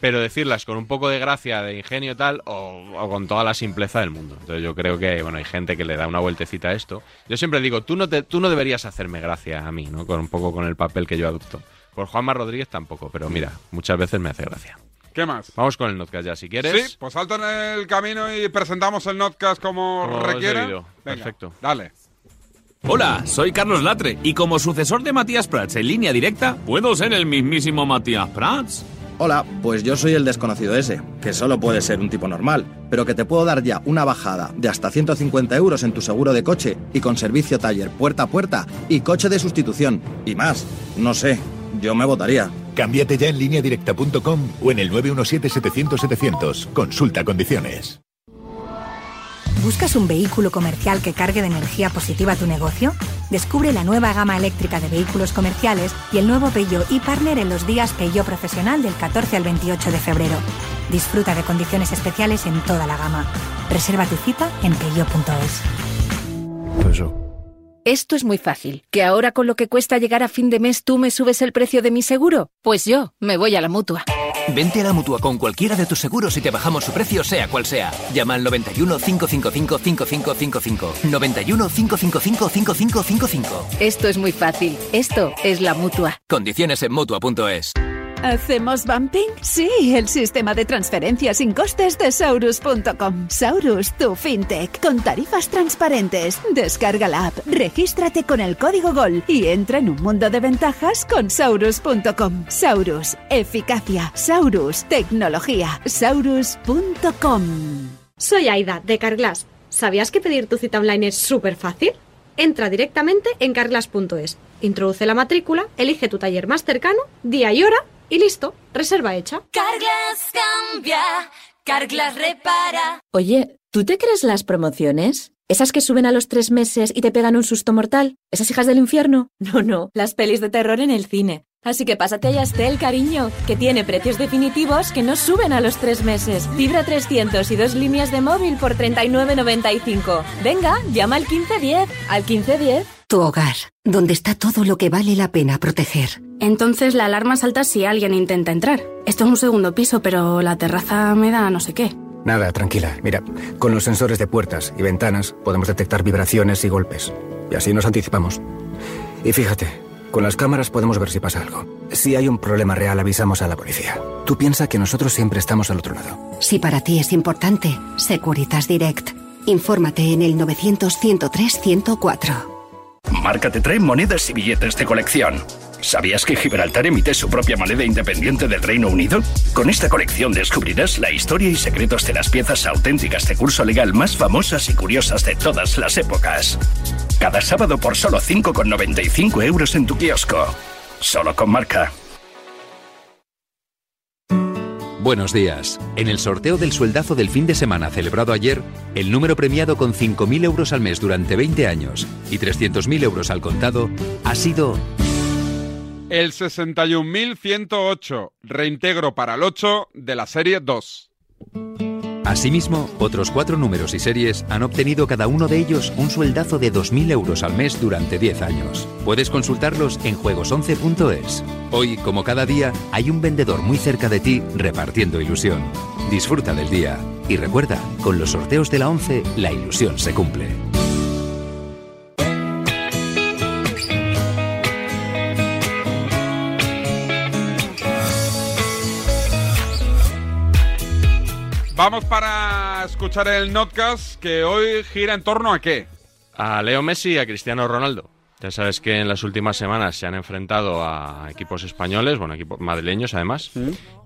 Speaker 9: pero decirlas con un poco de gracia, de ingenio tal, o, o con toda la simpleza del mundo. Entonces yo creo que bueno hay gente que le da una vueltecita a esto. Yo siempre digo, tú no te, tú no deberías hacerme gracia a mí, ¿no? Con un poco con el papel que yo adopto. Por Juanma Rodríguez tampoco, pero mira, muchas veces me hace gracia.
Speaker 6: ¿Qué más?
Speaker 9: Vamos con el notcast ya, si quieres.
Speaker 6: Sí, pues salta en el camino y presentamos el Notcast como,
Speaker 9: Como es
Speaker 6: requiera.
Speaker 9: debido.
Speaker 6: Venga,
Speaker 9: Perfecto.
Speaker 6: Dale.
Speaker 5: Hola, soy Carlos Latre y como sucesor de Matías Prats en línea directa, ¿puedo ser el mismísimo Matías Prats?
Speaker 11: Hola, pues yo soy el desconocido ese, que solo puede ser un tipo normal, pero que te puedo dar ya una bajada de hasta 150 euros en tu seguro de coche y con servicio taller puerta a puerta y coche de sustitución y más. No sé, yo me votaría.
Speaker 1: Cámbiate ya en lineadirecta.com o en el 917-700-700. Consulta condiciones.
Speaker 12: ¿Buscas un vehículo comercial que cargue de energía positiva tu negocio? Descubre la nueva gama eléctrica de vehículos comerciales y el nuevo Peugeot e-Partner en los días Peugeot Profesional del 14 al 28 de febrero. Disfruta de condiciones especiales en toda la gama. Reserva tu cita en peugeot.es.
Speaker 14: Esto es muy fácil. ¿Que ahora con lo que cuesta llegar a fin de mes tú me subes el precio de mi seguro? Pues yo me voy a la mutua.
Speaker 13: Vente a la mutua con cualquiera de tus seguros y te bajamos su precio, sea cual sea. Llama al 91 555 5555. 91 555 5555.
Speaker 14: Esto es muy fácil. Esto es la mutua.
Speaker 13: Condiciones en mutua.es.
Speaker 7: ¿Hacemos bumping? Sí, el sistema de transferencias sin costes de Saurus.com. Saurus, tu fintech, con tarifas transparentes. Descarga la app, regístrate con el código GOL y entra en un mundo de ventajas con Saurus.com. Saurus, eficacia. Saurus, tecnología. Saurus.com.
Speaker 15: Soy Aida, de Carglass. ¿Sabías que pedir tu cita online es súper fácil? Entra directamente en carglass.es, introduce la matrícula, elige tu taller más cercano, día y hora y listo, reserva hecha.
Speaker 24: Carglass cambia, Carglass repara.
Speaker 8: Oye, ¿tú te crees las promociones? ¿Esas que suben a los tres meses y te pegan un susto mortal? ¿Esas hijas del infierno? No, no, las pelis de terror en el cine. Así que pásate a Yastel, cariño, que tiene precios definitivos que no suben a los tres meses. Fibra 300 y dos líneas de móvil por 39,95. Venga, llama al 1510. ¿Al 1510?
Speaker 25: Tu hogar, donde está todo lo que vale la pena proteger.
Speaker 15: Entonces la alarma salta si alguien intenta entrar. Esto es un segundo piso, pero la terraza me da no sé qué.
Speaker 13: Nada, tranquila. Mira, con los sensores de puertas y ventanas podemos detectar vibraciones y golpes. Y así nos anticipamos. Y fíjate, con las cámaras podemos ver si pasa algo. Si hay un problema real, avisamos a la policía. Tú piensa que nosotros siempre estamos al otro lado.
Speaker 12: Si para ti es importante, Securitas Direct. Infórmate en el 900-103-104.
Speaker 16: Marca te trae monedas y billetes de colección. ¿Sabías que Gibraltar emite su propia moneda independiente del Reino Unido? Con esta colección descubrirás la historia y secretos de las piezas auténticas de curso legal más famosas y curiosas de todas las épocas. Cada sábado por solo 5,95 euros en tu kiosco. Solo con marca.
Speaker 5: Buenos días. En el sorteo del sueldazo del fin de semana celebrado ayer, el número premiado con 5.000 euros al mes durante 20 años y 300.000 euros al contado ha sido
Speaker 6: El 61.108, reintegro para el 8 de la serie 2.
Speaker 5: Asimismo, otros cuatro números y series han obtenido cada uno de ellos un sueldazo de 2.000 euros al mes durante 10 años. Puedes consultarlos en juegos11.es. Hoy, como cada día, hay un vendedor muy cerca de ti repartiendo ilusión. Disfruta del día y recuerda, con los sorteos de la 11, la ilusión se cumple.
Speaker 6: Vamos para escuchar el notcast que hoy gira en torno a qué.
Speaker 9: A Leo Messi y a Cristiano Ronaldo. Ya sabes que en las últimas semanas se han enfrentado a equipos españoles, bueno, equipos madrileños además,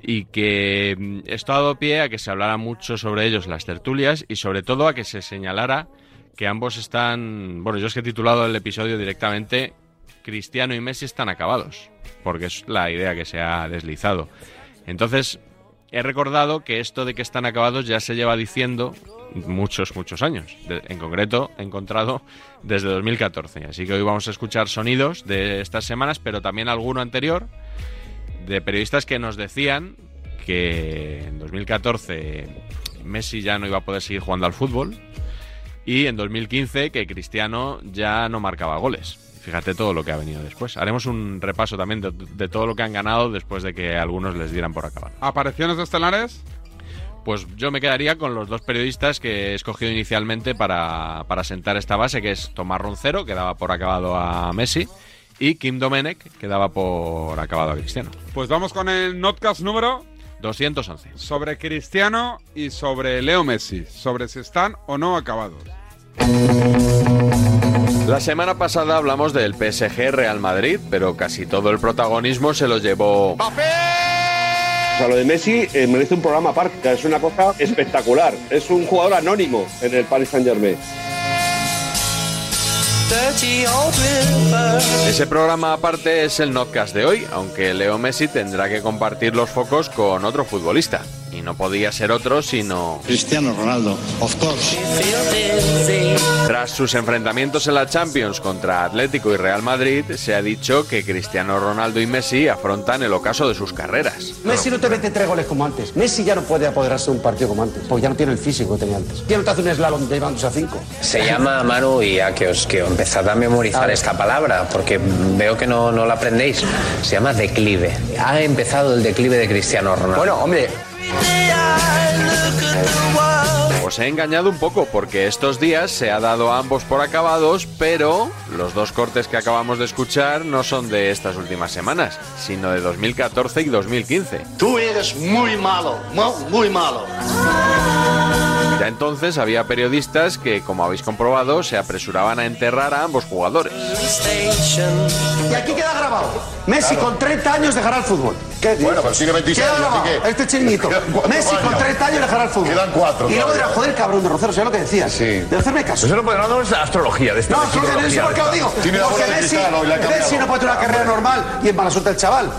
Speaker 9: y que mm, esto ha dado pie a que se hablara mucho sobre ellos en las tertulias y sobre todo a que se señalara que ambos están, bueno, yo es que he titulado el episodio directamente Cristiano y Messi están acabados, porque es la idea que se ha deslizado. Entonces, he recordado que esto de que están acabados ya se lleva diciendo muchos, muchos años. De- en concreto, he encontrado desde 2014. Así que hoy vamos a escuchar sonidos de estas semanas, pero también alguno anterior de periodistas que nos decían que en 2014 Messi ya no iba a poder seguir jugando al fútbol y en 2015 que Cristiano ya no marcaba goles. Fíjate todo lo que ha venido después. Haremos un repaso también de, de todo lo que han ganado después de que algunos les dieran por acabar.
Speaker 6: ¿Apariciones estelares?
Speaker 9: Pues yo me quedaría con los dos periodistas que he escogido inicialmente para, para sentar esta base, que es Tomás Roncero, que daba por acabado a Messi, y Kim Domenech, que daba por acabado a Cristiano.
Speaker 6: Pues vamos con el notcast número
Speaker 9: 211.
Speaker 6: sobre Cristiano y sobre Leo Messi, sobre si están o no acabados.
Speaker 9: La semana pasada hablamos del PSG Real Madrid, pero casi todo el protagonismo se lo llevó
Speaker 5: O sea, lo de Messi eh, merece un programa aparte, es una cosa espectacular. Es un jugador anónimo en el Paris Saint-Germain.
Speaker 9: Ese programa aparte es el Notcast de hoy, aunque Leo Messi tendrá que compartir los focos con otro futbolista. Y no podía ser otro sino...
Speaker 26: Cristiano Ronaldo, of course.
Speaker 9: Tras sus enfrentamientos en la Champions contra Atlético y Real Madrid, se ha dicho que Cristiano Ronaldo y Messi afrontan el ocaso de sus carreras.
Speaker 19: Messi no te mete tres goles como antes. Messi ya no puede apoderarse de un partido como antes, porque ya no tiene el físico que tenía antes. Ya no te hace un slalom llevándose a cinco.
Speaker 27: Se llama Manu y a que os que empezad a memorizar esta palabra, porque veo que no, no la aprendéis. Se llama declive. Ha empezado el declive de Cristiano Ronaldo. Bueno, hombre.
Speaker 9: Os he engañado un poco porque estos días se ha dado a ambos por acabados, pero los dos cortes que acabamos de escuchar no son de estas últimas semanas, sino de 2014 y 2015.
Speaker 26: Tú eres muy malo, mu- muy malo.
Speaker 9: Ya entonces había periodistas que, como habéis comprobado, se apresuraban a enterrar a ambos jugadores.
Speaker 19: Y aquí queda grabado. Messi con 30 años dejará el fútbol. ¿Qué dices?
Speaker 10: Bueno, pero tiene 26
Speaker 19: Queda
Speaker 10: años,
Speaker 19: grabado.
Speaker 10: así que-
Speaker 19: Este chiringuito.
Speaker 10: Quedan cuatro
Speaker 19: Messi con
Speaker 10: años.
Speaker 19: 30 años dejará el fútbol.
Speaker 10: Quedan cuatro
Speaker 19: Y luego dirá,
Speaker 10: todavía.
Speaker 19: joder, cabrón de Rocero, ¿sabes lo que decías? De hacerme caso.
Speaker 10: Pues Eso no puede no es astrología de esta
Speaker 19: No, sí, no sé por qué lo digo.
Speaker 10: Tiene la bola
Speaker 19: Porque
Speaker 10: de
Speaker 19: Messi,
Speaker 10: cristal hoy, la ha cambiado.
Speaker 19: Messi no puede tener una carrera normal y en mala suerte el chaval.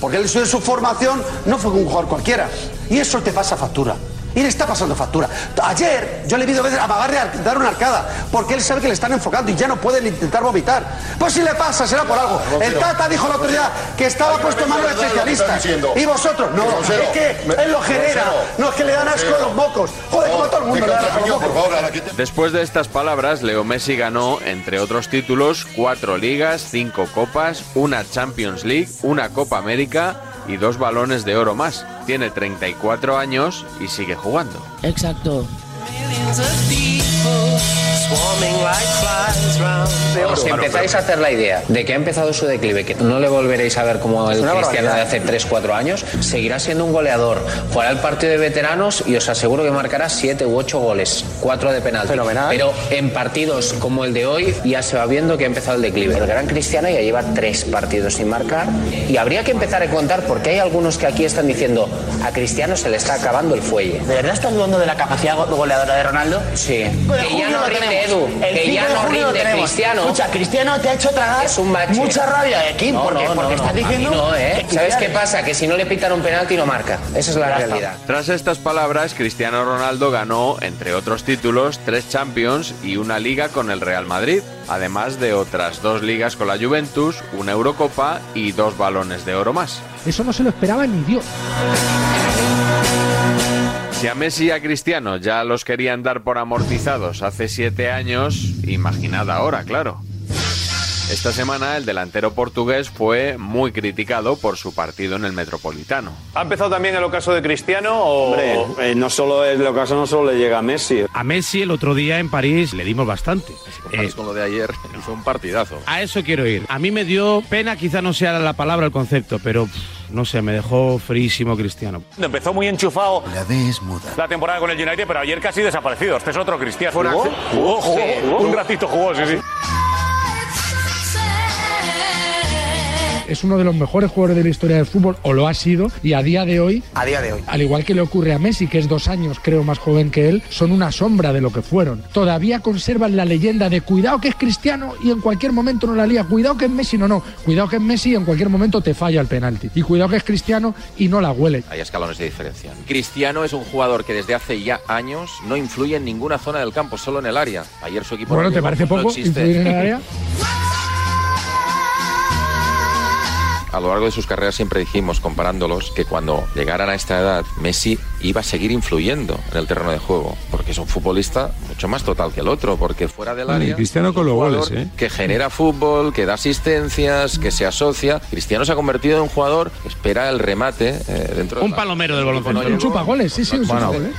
Speaker 19: Porque él en su formación no fue un jugador cualquiera. Y eso te pasa factura.
Speaker 10: Y le está pasando factura. Ayer yo le he visto veces amagar de ar- dar una arcada porque él sabe que le están enfocando y ya no puede ni intentar vomitar. Pues si le pasa, será por algo. El Tata dijo la otro día que estaba puesto en manos de especialistas. Y vosotros, no, es que él lo genera. No, es que le dan asco a los mocos. Joder, como a todo el mundo le dan asco a los mocos.
Speaker 9: Después de estas palabras, Leo Messi ganó, entre otros títulos, cuatro ligas, cinco copas, una Champions League, una Copa América y dos balones de oro más. Tiene 34 años y sigue jugando.
Speaker 28: Exacto.
Speaker 27: Os empezáis a hacer la idea de que ha empezado su declive, que no le volveréis a ver como Es el una Cristiano de barbaridad. hace 3-4 años, seguirá siendo un goleador, jugará el partido de veteranos y os aseguro que marcará 7 u 8 goles, 4 de penalti. Pero en partidos como el de hoy ya se va viendo que ha empezado el declive. El gran Cristiano ya lleva 3 partidos sin marcar y habría que empezar a contar porque hay algunos que aquí están diciendo a Cristiano se le está acabando el fuelle.
Speaker 3: ¿De verdad estás dudando de la capacidad go- goleadora de Ronaldo?
Speaker 27: Sí. Que ya
Speaker 3: Julio
Speaker 27: no
Speaker 3: lo
Speaker 27: rinde,
Speaker 3: tenemos.
Speaker 27: Edu.
Speaker 3: El
Speaker 27: Que
Speaker 3: 5
Speaker 27: ya
Speaker 3: de
Speaker 27: no
Speaker 3: julio lo
Speaker 27: rinde,
Speaker 3: tenemos.
Speaker 27: Cristiano.
Speaker 3: Escucha, Cristiano te ha hecho tragar mucha rabia, eh, Kim,
Speaker 27: No,
Speaker 3: porque,
Speaker 27: no, no,
Speaker 3: porque estás
Speaker 27: no. A mí
Speaker 3: diciendo.
Speaker 27: no, ¿eh?
Speaker 3: que
Speaker 27: ¿Sabes qué
Speaker 3: Cristiano-
Speaker 27: pasa? Que si no le pitan un penalti no marca. Esa es la realidad.
Speaker 9: Tras estas palabras, Cristiano Ronaldo ganó, entre otros títulos, tres Champions y una liga con el Real Madrid, además de otras dos ligas con la Juventus, una Eurocopa y dos balones de oro más.
Speaker 29: Eso no se lo esperaba ni Dios.
Speaker 9: Si a Messi y a Cristiano ya los querían dar por amortizados hace siete años, imaginad ahora, claro. Esta semana el delantero portugués fue muy criticado por su partido en el Metropolitano.
Speaker 30: ¿Ha empezado también el ocaso de Cristiano o...?
Speaker 2: Hombre, eh, no solo el ocaso no solo le llega a Messi.
Speaker 5: A Messi el otro día en París le dimos bastante.
Speaker 9: Eh,
Speaker 21: comparas con lo de ayer, hizo un partidazo.
Speaker 5: A eso quiero ir. A mí me dio pena, quizá no sea la palabra el concepto, pero pff, no sé, me dejó frísimo Cristiano.
Speaker 30: Empezó muy enchufado
Speaker 5: La D es muda.
Speaker 30: la temporada con el United, pero ayer casi desaparecido. Este es otro Cristiano.
Speaker 5: Fue un
Speaker 30: ¿Jugó?
Speaker 5: acce-
Speaker 30: Jugó, jugó,
Speaker 5: Sí,
Speaker 30: jugó.
Speaker 5: jugó.
Speaker 30: Un ratito jugó, sí, sí.
Speaker 29: Es uno de los mejores jugadores de la historia del fútbol, o lo ha sido, y a día de hoy,
Speaker 30: A día de hoy.
Speaker 29: al igual que le ocurre a Messi, que es dos años creo más joven que él, son una sombra de lo que fueron. Todavía conservan la leyenda de cuidado que es cristiano y en cualquier momento no la lía, cuidado que es Messi, no, no, cuidado que es Messi y en cualquier momento te falla el penalti, y cuidado que es cristiano y no la huele.
Speaker 21: Hay escalones de diferencia. Cristiano es un jugador que desde hace ya años no influye en ninguna zona del campo, solo en el área. Ayer su equipo.
Speaker 29: Bueno,
Speaker 21: no
Speaker 29: ¿te
Speaker 21: llegó,
Speaker 29: parece
Speaker 21: no
Speaker 29: poco
Speaker 21: existe.
Speaker 29: influir en el área?
Speaker 21: A lo largo de sus carreras siempre dijimos, comparándolos, que cuando llegaran a esta edad, Messi iba a seguir influyendo en el terreno de juego, porque es un futbolista mucho más total que el otro, porque fuera del área.
Speaker 23: Cristiano con los goles, ¿eh?
Speaker 21: que genera fútbol, que da asistencias, que se asocia. Cristiano se ha convertido en un jugador que espera el remate eh, dentro
Speaker 29: Un
Speaker 5: palomero del
Speaker 29: Un chupagoles, sí, sí, un
Speaker 21: Bueno,
Speaker 29: chupagoles.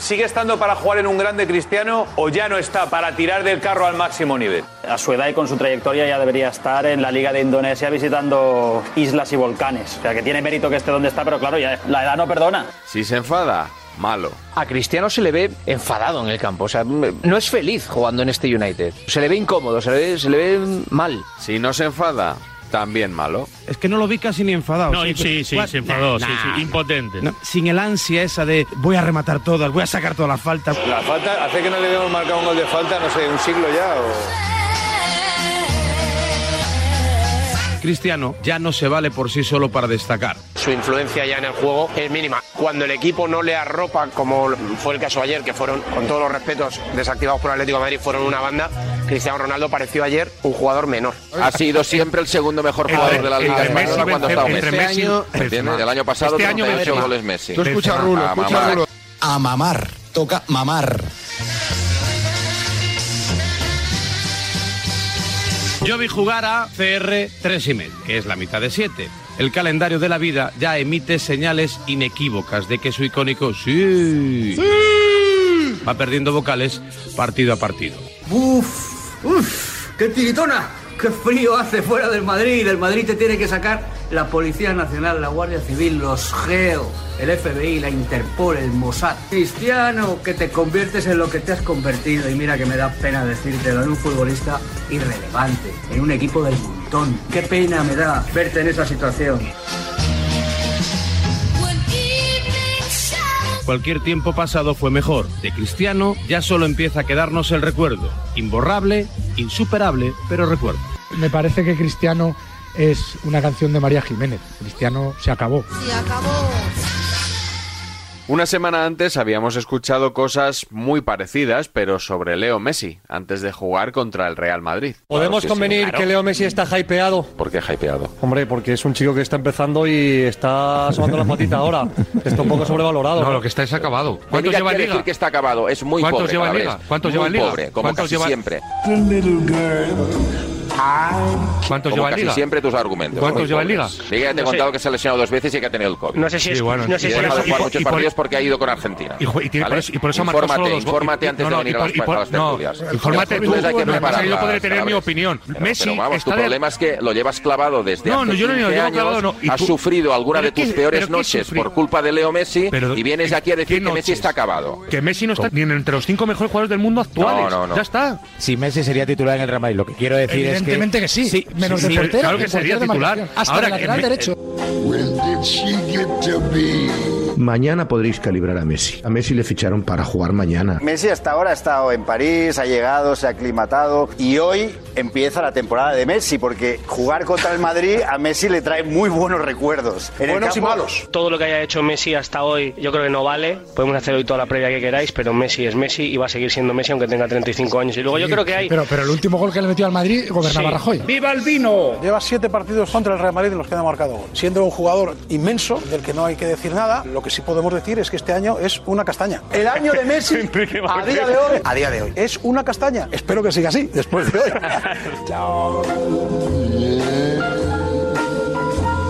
Speaker 30: ¿Sigue estando para jugar en un grande Cristiano o ya no está para tirar del carro al máximo nivel?
Speaker 3: A su edad y con su trayectoria ya debería estar en la Liga de Indonesia visitando islas y volcanes. O sea, que tiene mérito que esté donde está, pero claro, ya la edad no perdona.
Speaker 9: Si se enfada, malo.
Speaker 27: A Cristiano se le ve enfadado en el campo, o sea, no es feliz jugando en este United. Se le ve incómodo, se le ve, se le ve mal.
Speaker 9: Si no se enfada, también malo.
Speaker 5: Es que no lo vi casi ni enfadado.
Speaker 23: No, sí, sí,
Speaker 5: Gua-
Speaker 23: se enfadó,
Speaker 5: Nah,
Speaker 23: sí, sí,
Speaker 5: nah.
Speaker 23: impotente.
Speaker 5: No, sin el ansia esa de voy a rematar todas, voy a sacar todas las faltas.
Speaker 30: La falta, hace que no le debemos marcar un gol de falta, no sé, un siglo ya
Speaker 5: Cristiano ya no se vale por sí solo para destacar.
Speaker 31: Su influencia ya en el juego es mínima. Cuando el equipo no le arropa, como fue el caso ayer, que fueron, con todos los respetos, desactivados por Atlético de Madrid, fueron una banda, Cristiano Ronaldo pareció ayer un jugador menor.
Speaker 21: Ha sido siempre el segundo mejor Entre- jugador de la Liga entre Messi, Española cuando ha estado Benzema, Messi. entre Messi, ¿Entiendes? Benzema. El año pasado Este año 38 Benzema. goles Messi. Tú escucha a Rulo, Ah, escucha mamá. a Rulo.
Speaker 32: A mamar. Toca mamar.
Speaker 5: Yo vi jugar a CR 3 y medio, que es la mitad de 7. El calendario de la vida ya emite señales inequívocas de que su icónico sí, va perdiendo vocales partido a partido.
Speaker 2: ¡Uf! ¡Uf! ¡Qué tiritona! ¡Qué frío hace fuera del Madrid! Del Madrid te tiene que sacar la Policía Nacional, la Guardia Civil, los GEO, el FBI, la Interpol, el Mossad. Cristiano, que te conviertes en lo que te has convertido. Y mira que me da pena decírtelo, en un futbolista irrelevante, en un equipo del montón. ¡Qué pena me da verte en esa situación!
Speaker 5: Cualquier tiempo pasado fue mejor. De Cristiano ya solo empieza a quedarnos el recuerdo. Imborrable, insuperable, pero recuerdo.
Speaker 29: Me parece que Cristiano es una canción de María Jiménez. Cristiano se acabó.
Speaker 9: Una semana antes habíamos escuchado cosas muy parecidas, pero sobre Leo Messi, antes de jugar contra el Real Madrid.
Speaker 33: Podemos convenir que Leo Messi está hypeado.
Speaker 21: ¿Por qué hypeado?
Speaker 33: Hombre, porque es un chico que está empezando y está asomando la patita ahora. Está un poco sobrevalorado.
Speaker 9: No, lo que está es acabado.
Speaker 21: ¿Cuánto
Speaker 9: ¿Cuántos lleva en
Speaker 21: decir
Speaker 9: liga?
Speaker 21: que está acabado. Es muy
Speaker 9: ¿Cuántos
Speaker 21: pobre.
Speaker 9: lleva en liga?
Speaker 21: Calabres.
Speaker 9: ¿Cuántos
Speaker 21: Muy
Speaker 9: lleva en liga?
Speaker 21: pobre, como
Speaker 9: ¿Cuántos
Speaker 21: casi
Speaker 9: lleva-
Speaker 21: siempre.
Speaker 9: ¿Cuántos
Speaker 21: Como
Speaker 9: lleva en
Speaker 21: casi
Speaker 9: liga?
Speaker 21: siempre tus argumentos.
Speaker 9: ¿Cuántos
Speaker 21: Muy
Speaker 9: lleva en
Speaker 21: pobres.
Speaker 9: liga?
Speaker 21: Liga ya te he
Speaker 9: No sé.
Speaker 21: contado que se ha lesionado dos veces y que ha tenido el COVID.
Speaker 9: No sé si es- Sí, bueno. no sé
Speaker 21: y
Speaker 9: si
Speaker 21: ha
Speaker 9: es-
Speaker 21: dejado de
Speaker 9: y
Speaker 21: jugar
Speaker 9: por-
Speaker 21: muchos
Speaker 9: y por-
Speaker 21: partidos porque ha ido con Argentina.
Speaker 9: Y ju- y tiene- por eso- y por eso ha marcado
Speaker 21: infórmate,
Speaker 9: solo dos go-
Speaker 21: infórmate
Speaker 9: y-
Speaker 21: antes
Speaker 9: no,
Speaker 21: de
Speaker 9: no,
Speaker 21: venir
Speaker 9: y
Speaker 21: a
Speaker 9: por-
Speaker 21: las,
Speaker 9: y por-
Speaker 21: a las
Speaker 9: no,
Speaker 21: tertulias.
Speaker 9: infórmate
Speaker 21: Las
Speaker 9: tú,
Speaker 21: tertulias hay que
Speaker 9: no, no,
Speaker 21: prepararlas,
Speaker 9: yo podré tener mi
Speaker 21: Calabres.
Speaker 9: opinión.
Speaker 21: Pero-
Speaker 9: Messi
Speaker 21: pero vamos, tu
Speaker 9: está de-
Speaker 21: problema es que lo llevas clavado desde
Speaker 9: No,
Speaker 21: hace
Speaker 9: no, yo no lo
Speaker 21: 15
Speaker 9: llevo
Speaker 21: años,
Speaker 9: clavado, no. Y
Speaker 21: has
Speaker 9: tú-
Speaker 21: sufrido alguna de
Speaker 9: ¿Pero
Speaker 21: tus
Speaker 9: qué-
Speaker 21: peores
Speaker 9: pero qué
Speaker 21: noches
Speaker 9: sufrido?
Speaker 21: por culpa de Leo Messi
Speaker 9: Pero-
Speaker 21: y vienes aquí a decir que Messi está acabado.
Speaker 9: Que Messi no está ni entre los cinco mejores jugadores del mundo actuales.
Speaker 21: No, no, no.
Speaker 9: Ya está.
Speaker 34: Si Messi sería titular en el Real Madrid, lo que quiero decir es que.
Speaker 35: Evidentemente que sí, menos de portero,
Speaker 34: Claro que
Speaker 35: de
Speaker 34: sería
Speaker 35: portero de
Speaker 34: titular.
Speaker 35: marcación, hasta de lateral derecho.
Speaker 36: Mañana podréis calibrar a Messi. A Messi le ficharon para jugar mañana.
Speaker 10: Messi hasta ahora ha estado en París, ha llegado, se ha aclimatado y hoy empieza la temporada de Messi porque jugar contra el Madrid a Messi le trae muy buenos recuerdos. En el campo-
Speaker 3: Todo lo que haya hecho Messi hasta hoy, yo creo que no vale. Podemos hacer hoy toda la previa que queráis, pero Messi es Messi y va a seguir siendo Messi aunque tenga 35 años. Y luego yo creo que hay.
Speaker 35: Pero, pero el último gol que le metió al Madrid gobernaba
Speaker 3: Sí.
Speaker 35: Rajoy.
Speaker 19: ¡Viva el vino! Lleva siete partidos contra el Real Madrid en los que no ha marcado gol. Siendo un jugador inmenso, del que no hay que decir nada, lo que sí podemos decir es que este año es una castaña. El año de Messi a día de hoy,
Speaker 10: a día de hoy
Speaker 19: es una castaña. Espero que siga así después de hoy.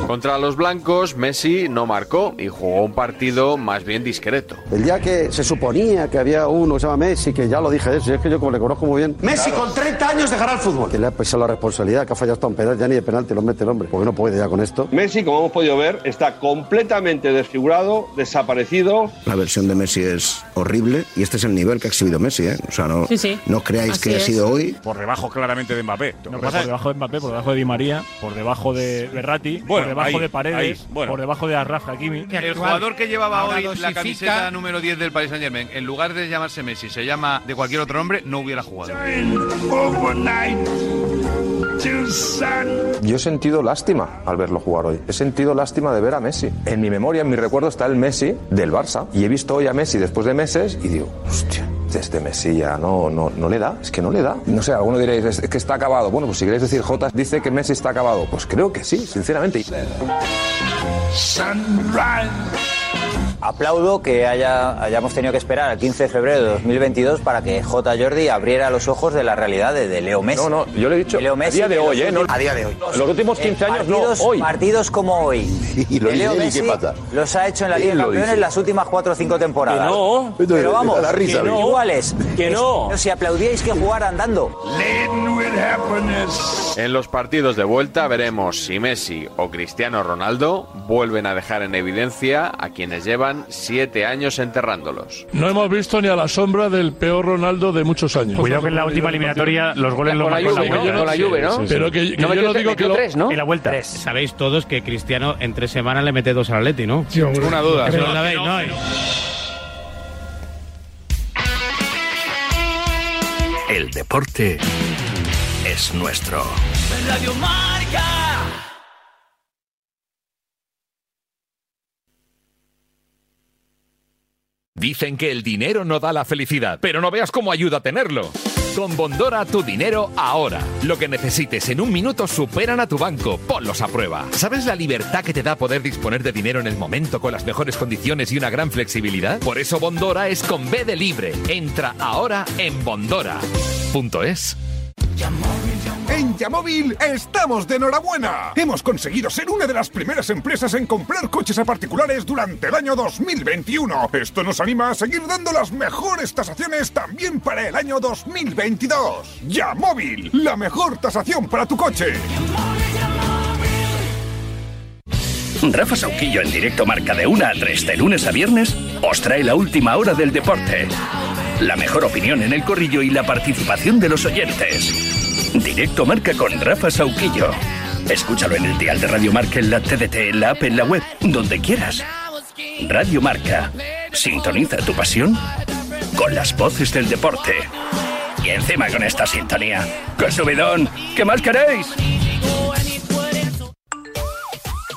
Speaker 9: Contra los blancos, Messi no marcó y jugó un partido más bien discreto.
Speaker 16: El día que se suponía que había uno que se llama Messi, que ya lo dije eso, y es que yo como le conozco muy bien.
Speaker 37: Messi con 30 años dejará el fútbol.
Speaker 16: Que le ha pesado la responsabilidad, que ha fallado hasta un penal, ya ni de penalti lo mete el hombre, porque no puede ya con esto. Messi, como hemos podido ver, está completamente desfigurado, desaparecido.
Speaker 38: La versión de Messi es horrible y este es el nivel que ha exhibido Messi, ¿eh? O sea, no,
Speaker 39: Sí, sí.
Speaker 38: no creáis
Speaker 39: Así
Speaker 38: que ha
Speaker 39: es.
Speaker 38: sido hoy.
Speaker 39: Por debajo claramente de Mbappé.
Speaker 29: No, pero por debajo de Mbappé, por debajo de Di María, por debajo de Berratti,
Speaker 39: Bueno,
Speaker 29: por debajo
Speaker 39: ahí,
Speaker 29: de Paredes,
Speaker 39: ahí, bueno.
Speaker 29: por debajo de Arraf Hakimi.
Speaker 40: El jugador que llevaba
Speaker 29: Ahora
Speaker 40: hoy la
Speaker 29: dosifica-
Speaker 40: camiseta número 10 del Paris Saint Germain, en lugar de llamarse Messi, se llama de cualquier otro nombre, no hubiera jugado.
Speaker 5: Yo he sentido lástima al verlo jugar hoy. He sentido lástima de ver a Messi. En mi memoria, en mi recuerdo, está el Messi del Barça. Y he visto hoy a Messi después de meses y digo, hostia. Este Messi ya no, no, no le da, es que no le da. No sé, alguno diréis, es que está acabado. Bueno, pues si queréis decir J, dice que Messi está acabado. Pues creo que sí, sinceramente.
Speaker 13: Aplaudo que haya, hayamos tenido que esperar al 15 de febrero de 2022 para que J. Jordi abriera los ojos de la realidad de, de Leo Messi.
Speaker 5: No, no, yo le he dicho,
Speaker 13: Leo
Speaker 5: a
Speaker 13: Messi
Speaker 5: día de
Speaker 13: en
Speaker 5: hoy,
Speaker 13: los
Speaker 5: ¿eh? No-
Speaker 13: últimos- a día de hoy.
Speaker 5: Los últimos 15 años, no,
Speaker 13: partidos,
Speaker 5: hoy.
Speaker 13: Partidos como hoy.
Speaker 5: Y lo
Speaker 13: Que Leo
Speaker 5: dice él, ¿y
Speaker 13: Messi
Speaker 5: qué pasa?
Speaker 13: los ha hecho en la Liga
Speaker 5: Él
Speaker 13: de
Speaker 5: lo
Speaker 13: Campeones
Speaker 5: dice.
Speaker 13: las últimas 4 o 5 temporadas.
Speaker 5: Que no.
Speaker 13: Pero vamos,
Speaker 5: Me eh, da la risa,
Speaker 13: que
Speaker 5: Vicky.
Speaker 13: no. iguales.
Speaker 5: Que no.
Speaker 13: Si aplaudíais que jugar andando.
Speaker 9: En los partidos de vuelta veremos si Messi o Cristiano Ronaldo vuelven a dejar en evidencia a quienes llevan siete años enterrándolos.
Speaker 5: No hemos visto ni a la sombra del peor Ronaldo de muchos años.
Speaker 29: Cuidado que en la última eliminatoria los goles los marcó la Juve.
Speaker 5: Pero que, que yo no digo que lo-
Speaker 13: En la vuelta. Sabéis todos que Cristiano en tres semanas le mete dos al Atleti, ¿no?
Speaker 5: hombre. Una duda.
Speaker 13: Eso lo
Speaker 5: No,
Speaker 13: sabéis, ¿no?
Speaker 23: El deporte es nuestro.
Speaker 41: Radio Marca.
Speaker 42: Dicen que el dinero no da la felicidad, pero no veas cómo ayuda a tenerlo. Con Bondora tu dinero ahora. Lo que necesites en un minuto superan a tu banco. Ponlos a prueba. ¿Sabes la libertad que te da poder disponer de dinero en el momento con las mejores condiciones y una gran flexibilidad? Por eso Bondora es con B de libre. Entra ahora en bondora.es.
Speaker 30: En Yamóvil estamos de enhorabuena. Hemos conseguido ser una de las primeras empresas en comprar coches a particulares durante el año 2021. Esto nos anima a seguir dando las mejores tasaciones también para el año 2022. Yamóvil, la mejor tasación para tu coche.
Speaker 16: Rafa Sauquillo en directo marca de 1 a 3 de lunes a viernes os trae la última hora del deporte. La mejor opinión en el corrillo y la participación de los oyentes. Directo marca con Rafa Sauquillo. Escúchalo en el dial de Radio Marca, en la TDT, en la app, en la web, donde quieras. Radio Marca. Sintoniza tu pasión con las voces del deporte. Y encima con esta sintonía. ¡Qué subidón! ¿Qué más queréis?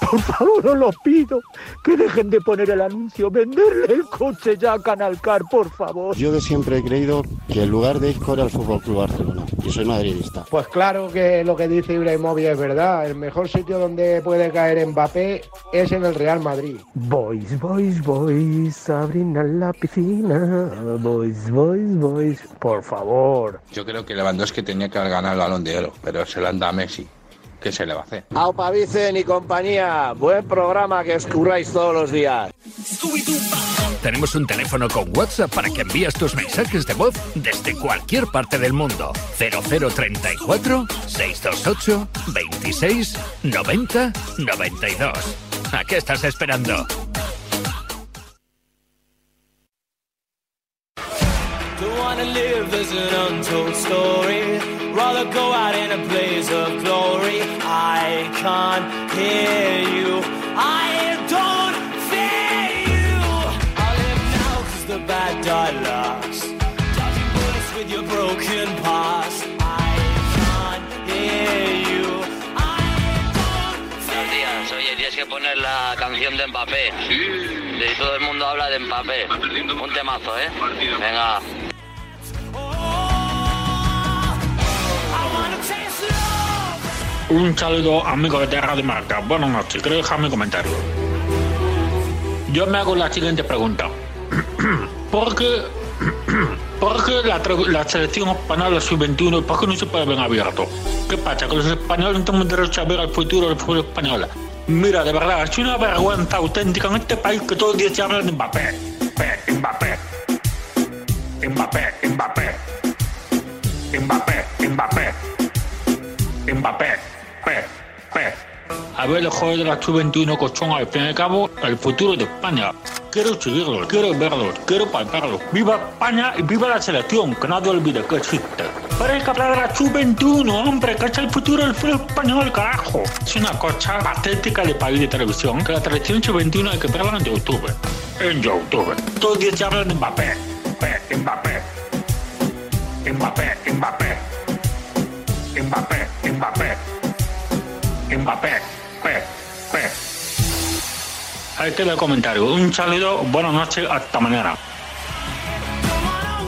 Speaker 43: Por favor, os lo pido, que dejen de poner el anuncio, venderle el coche ya a Canalcar, por favor.
Speaker 10: Yo que siempre he creído que el lugar de Isco era el Fútbol Club Barcelona y soy madridista.
Speaker 5: Pues claro que lo que dice Ibrahimovic es verdad. El mejor sitio donde puede caer Mbappé es en el Real Madrid.
Speaker 23: Boys, boys, boys, Sabrina la piscina. Boys, boys, boys, por favor.
Speaker 21: Yo creo que Lewandowski tenía que haber ganado el balón de oro, pero se lo anda a Messi. ¿Qué se le va a hacer?
Speaker 44: Aupa Vicen y compañía, buen programa que escurráis todos los días.
Speaker 16: Tenemos un teléfono con WhatsApp para que envíes tus mensajes de voz desde cualquier parte del mundo. 0034 628 26 90 92. ¿A qué estás esperando?
Speaker 45: Don't wanna live as an untold story. Rather go out in a blaze of glory. I can't hear you. I don't fear you. I live now 'cause the bad die last. Dodging bullets with your broken past. I can't hear you.
Speaker 35: Buenos días, oye, tienes que poner la canción de Mbappé. De todo el mundo habla de Mbappé.
Speaker 41: Ah,
Speaker 35: Un temazo, ¿eh? Venga.
Speaker 45: I wanna taste love.
Speaker 29: Un saludo amigo de Terra de Marca. Buenas noches, quiero dejarme comentario. Yo me hago la siguiente pregunta. ¿Por qué, por qué la, tra- la selección española sub-21 por qué no se puede ver en abierto? ¿Qué pasa? ¿Que los españoles no tenemos derecho a ver el futuro del fútbol español? Mira, de verdad, es una vergüenza auténtica en este país que todos los días se habla de Mbappé. Mbappé, Mbappé. Mbappé, Mbappé. Mbappé, Mbappé. Mbappé, Pe, Pe. A ver los juegos de la Juventud que son al fin y al cabo el futuro de España. Quiero seguirlos, quiero verlos, quiero palparlos. ¡Viva España y viva la selección! Que nadie olvide que existe. Pero hay que hablar de la Juventud, hombre, que es el futuro del fútbol español, carajo. Es una cosa patética de país de televisión que la selección Juventud hay que verla en YouTube. En YouTube. Todos los días se hablan de Mbappé. Mbappé, Mbappé. Mbappé, Mbappé. Mbappé, Mbappé. Mbappé, P, P. Ahí te el comentario. Un saludo, buenas noches, hasta mañana.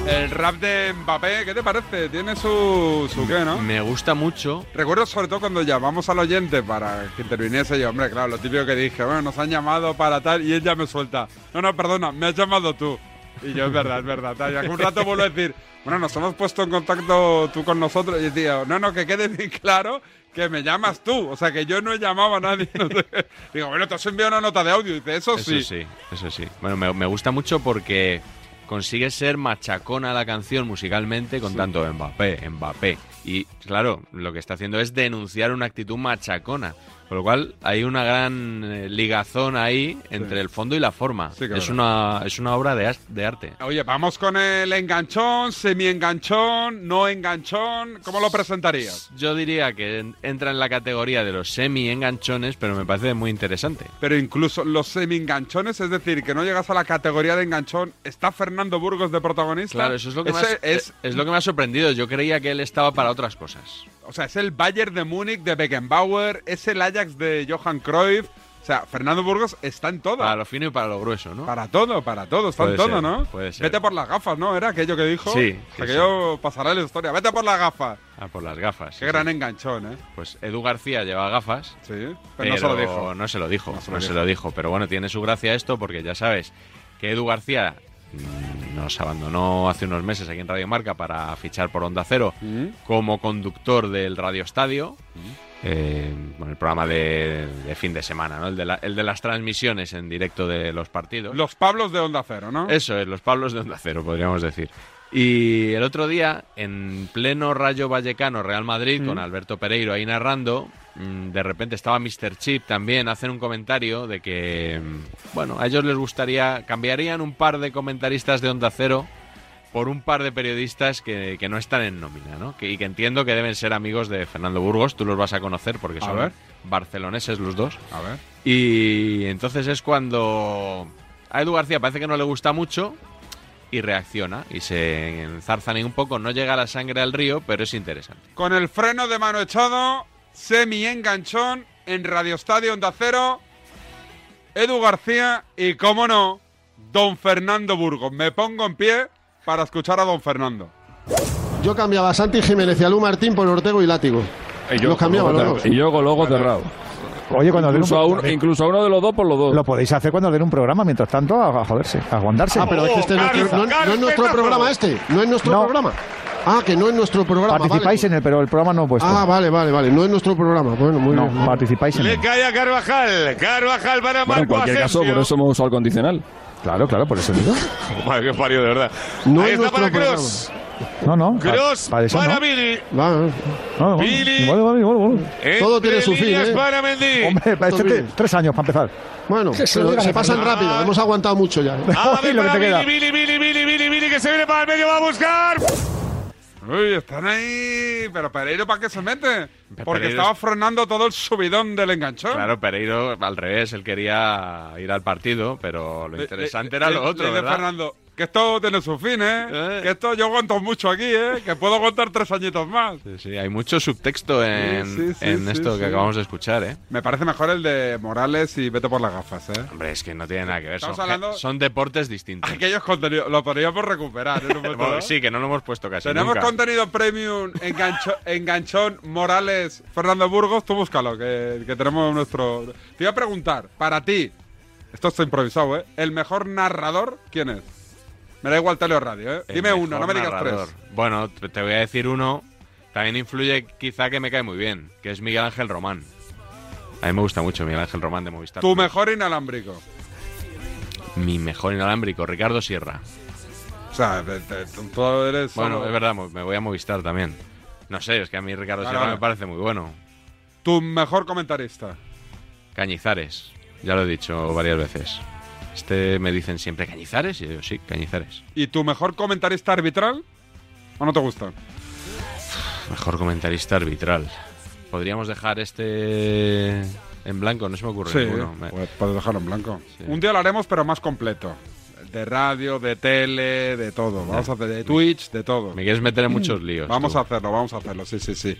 Speaker 6: El rap de Mbappé, ¿qué te parece? Tiene su, su qué, ¿no?
Speaker 9: Me gusta mucho.
Speaker 6: Recuerdo sobre todo cuando llamamos al oyente para que interviniese yo, hombre, claro, lo típico que dije, bueno, nos han llamado para tal y él ya me suelta. No, no, perdona, me has llamado tú. Y yo, es verdad, es verdad. tal. Y algún rato vuelvo a decir, bueno, nos hemos puesto en contacto tú con nosotros y tío, no, no, que quede bien claro que me llamas tú. O sea, que yo no he llamado a nadie. no sé qué. Digo, bueno, te has enviado una nota de audio. Y dice, eso,
Speaker 9: Eso
Speaker 6: sí.
Speaker 9: sí, eso sí. Bueno, me, me gusta mucho porque consigue ser machacona la canción musicalmente con tanto Mbappé, Mbappé. Y claro, lo que está haciendo es denunciar una actitud machacona. Con lo cual hay una gran eh, ligazón ahí entre el fondo y la forma.
Speaker 6: claro.
Speaker 9: es, una, es una obra de, as- de arte.
Speaker 6: Oye, vamos con el enganchón, semi-enganchón, no enganchón. ¿Cómo lo presentarías?
Speaker 9: Yo diría que en- entra en la categoría de los semi-enganchones, pero me parece muy interesante.
Speaker 6: Pero incluso los semi-enganchones, es decir, que no llegas a la categoría de enganchón, ¿está Fernando Burgos de protagonista?
Speaker 9: Claro, eso es lo que, me
Speaker 6: Ese
Speaker 9: ha-
Speaker 6: es-
Speaker 9: es lo que me ha sorprendido. Yo creía que él estaba para otras cosas.
Speaker 6: O sea, es el Bayern de Múnich de Beckenbauer, es el Ajax de Johan Cruyff. O sea, Fernando Burgos está en todo.
Speaker 9: Para lo fino y para lo grueso, ¿no?
Speaker 6: Para todo, para todo, está en
Speaker 9: Puede
Speaker 6: todo,
Speaker 9: ser,
Speaker 6: ¿no?
Speaker 9: puede ser.
Speaker 6: Vete por las gafas, ¿no? Era aquello que dijo.
Speaker 9: Sí, sí,
Speaker 6: Aquello pasará la historia. Vete por las gafas.
Speaker 9: Ah, por las gafas.
Speaker 6: Qué
Speaker 9: sí,
Speaker 6: gran
Speaker 9: sí.
Speaker 6: enganchón, ¿eh?
Speaker 9: Pues Edu García lleva gafas.
Speaker 6: Sí, pero, no se lo dijo.
Speaker 9: No se lo dijo, no se lo,
Speaker 6: dijo.
Speaker 9: dijo. Pero bueno, tiene su gracia esto porque ya sabes que Edu García mm, nos abandonó hace unos meses aquí en Radio Marca para fichar por Onda Cero
Speaker 6: ¿Mm?
Speaker 9: como conductor del Radio Estadio. eh, bueno, el programa de, de fin de semana, ¿no? El de, la- el de las transmisiones en directo de los partidos.
Speaker 6: Los Pablos de Onda Cero, ¿no?
Speaker 9: Eso es, los Pablos de Onda Cero, podríamos decir. Y el otro día, en pleno Rayo Vallecano Real Madrid,
Speaker 6: Mm.
Speaker 9: con Alberto Pereiro ahí narrando, mm, de repente estaba Mr. Chip también, hacen un comentario de que, mm, bueno, a ellos les gustaría, cambiarían un par de comentaristas de Onda Cero por un par de periodistas que, que no están en nómina, ¿no? Que- y que entiendo que deben ser amigos de Fernando Burgos, tú los vas a conocer porque
Speaker 6: A
Speaker 9: son
Speaker 6: ver.
Speaker 9: barceloneses los dos.
Speaker 6: A ver.
Speaker 9: Y entonces es cuando a Edu García parece que no le gusta mucho y reacciona y se enzarzan ahí un poco. No llega la sangre al río, pero es interesante.
Speaker 6: Con el freno de mano echado, semi-enganchón en Radio Estadio Onda Cero. Edu García y, cómo no, don Fernando Burgos. Me pongo en pie para escuchar a don Fernando.
Speaker 10: Yo cambiaba a Santi Jiménez y a Lu Martín por Ortego y Látigo. Los cambiaba los dos.
Speaker 21: Y yo con logo cerrado. Oye, cuando den
Speaker 29: Incluso
Speaker 21: un-
Speaker 29: a uno-
Speaker 21: incluso a uno de los dos por los dos.
Speaker 29: Lo podéis hacer cuando den un programa, mientras tanto, a, a joderse, a aguantarse.
Speaker 10: Ah, pero es que este no, no- no es nuestro programa este, no es nuestro programa. Ah, que no es nuestro programa.
Speaker 29: Participáis en él, pero el programa no vuestro.
Speaker 10: Ah, vale, vale, vale. No es nuestro programa. Bueno, muy
Speaker 29: No,
Speaker 10: bien.
Speaker 29: participáis en él.
Speaker 30: Le cae a Carvajal. Carvajal para
Speaker 21: Bueno, en
Speaker 30: Marco
Speaker 21: cualquier caso,
Speaker 30: Asensio.
Speaker 21: por eso hemos usado el condicional.
Speaker 29: Claro, claro, por eso digo.
Speaker 30: Madre que parió, de verdad.
Speaker 10: No
Speaker 30: Ahí
Speaker 10: es
Speaker 30: está para
Speaker 10: nuestro
Speaker 30: Cross.
Speaker 29: No, no.
Speaker 30: Cross
Speaker 29: pa- pa' eso
Speaker 30: para
Speaker 29: no.
Speaker 30: Billy.
Speaker 10: Vale,
Speaker 29: vale.
Speaker 30: Billy.
Speaker 29: Vale, vale, vale, vale.
Speaker 30: Entre Todo tiene su fin, líneas ¿eh? para Mendy.
Speaker 29: Hombre, para esto
Speaker 10: Todo
Speaker 29: que-
Speaker 10: bien.
Speaker 29: tres años para empezar.
Speaker 10: Bueno,
Speaker 29: Que se
Speaker 10: pero
Speaker 29: lo digan
Speaker 10: se
Speaker 29: a
Speaker 10: pasan
Speaker 29: Fernando.
Speaker 10: rápido, hemos aguantado mucho ya. ¿eh?
Speaker 30: Ah,
Speaker 29: Ay, lo que te queda.
Speaker 30: Billy, Billy, Billy, Billy, Billy, que se viene para el medio, va a buscar.
Speaker 6: Uy, están ahí. Pero Pereiro, ¿para qué se mete? Porque
Speaker 9: Pereiro
Speaker 6: estaba frenando todo el subidón del enganchón.
Speaker 9: Claro, Pereiro al revés, él quería ir al partido, pero
Speaker 6: Eh,
Speaker 9: lo interesante era lo
Speaker 6: Le-
Speaker 9: otro,
Speaker 6: le dice
Speaker 9: ¿verdad?
Speaker 6: Fernando, que esto tiene su fin, ¿eh? Que esto yo aguanto mucho aquí, ¿eh? Que puedo aguantar tres añitos más.
Speaker 9: Sí, sí, hay mucho subtexto en,
Speaker 6: Sí, sí, sí,
Speaker 9: en
Speaker 6: sí,
Speaker 9: esto
Speaker 6: sí.
Speaker 9: que acabamos de escuchar, ¿eh?
Speaker 6: Me parece mejor el de Morales y vete por las gafas, ¿eh?
Speaker 9: Hombre, es que no tiene nada que ver. Son,
Speaker 6: Estamos hablando-
Speaker 9: son deportes distintos.
Speaker 6: Aquellos contenidos, lo podríamos recuperar. en un momento
Speaker 9: Bueno,
Speaker 6: dado.
Speaker 9: sí, que no lo hemos puesto casi
Speaker 6: Tenemos
Speaker 9: nunca.
Speaker 6: contenido premium, engancho- enganchón, Morales, Fernando Burgos, tú búscalo, que, que tenemos nuestro... Te iba a preguntar, para ti, esto está improvisado, ¿eh? ¿El mejor narrador quién es? Me da igual tele o radio, ¿eh?
Speaker 9: El
Speaker 6: Dime uno, no
Speaker 9: mejor
Speaker 6: me digas
Speaker 9: narrador.
Speaker 6: tres.
Speaker 9: Bueno, te te voy a decir uno. También influye quizá que me cae muy bien, que es Miguel Ángel Román. A mí me gusta mucho Miguel Ángel Román de Movistar.
Speaker 6: Tu mejor inalámbrico.
Speaker 9: Mi mejor inalámbrico, Ricardo Sierra.
Speaker 6: O sea, te- te- tú tú eres...
Speaker 9: Bueno,
Speaker 6: solo-
Speaker 9: es verdad, mo- me voy a Movistar también. No sé, es que a mí Ricardo
Speaker 6: Vale,
Speaker 9: Sierra
Speaker 6: vale.
Speaker 9: me parece muy bueno.
Speaker 6: Tu mejor comentarista.
Speaker 9: Cañizares, ya lo he dicho varias veces. Este me dicen siempre Cañizares y yo sí, Cañizares.
Speaker 6: ¿Y tu mejor comentarista arbitral? ¿O no te gusta?
Speaker 9: Mejor comentarista arbitral. Podríamos dejar este en blanco, no se me ocurre
Speaker 6: Sí,
Speaker 9: ninguno. Me-
Speaker 6: pues puedes dejarlo en blanco. Un día lo haremos, pero más completo. De radio, de tele, de todo. Vamos a hacer de Twitch, de todo.
Speaker 9: Me quieres meter en muchos líos.
Speaker 6: Vamos
Speaker 9: tú.
Speaker 6: a hacerlo, vamos a hacerlo, sí, sí, sí.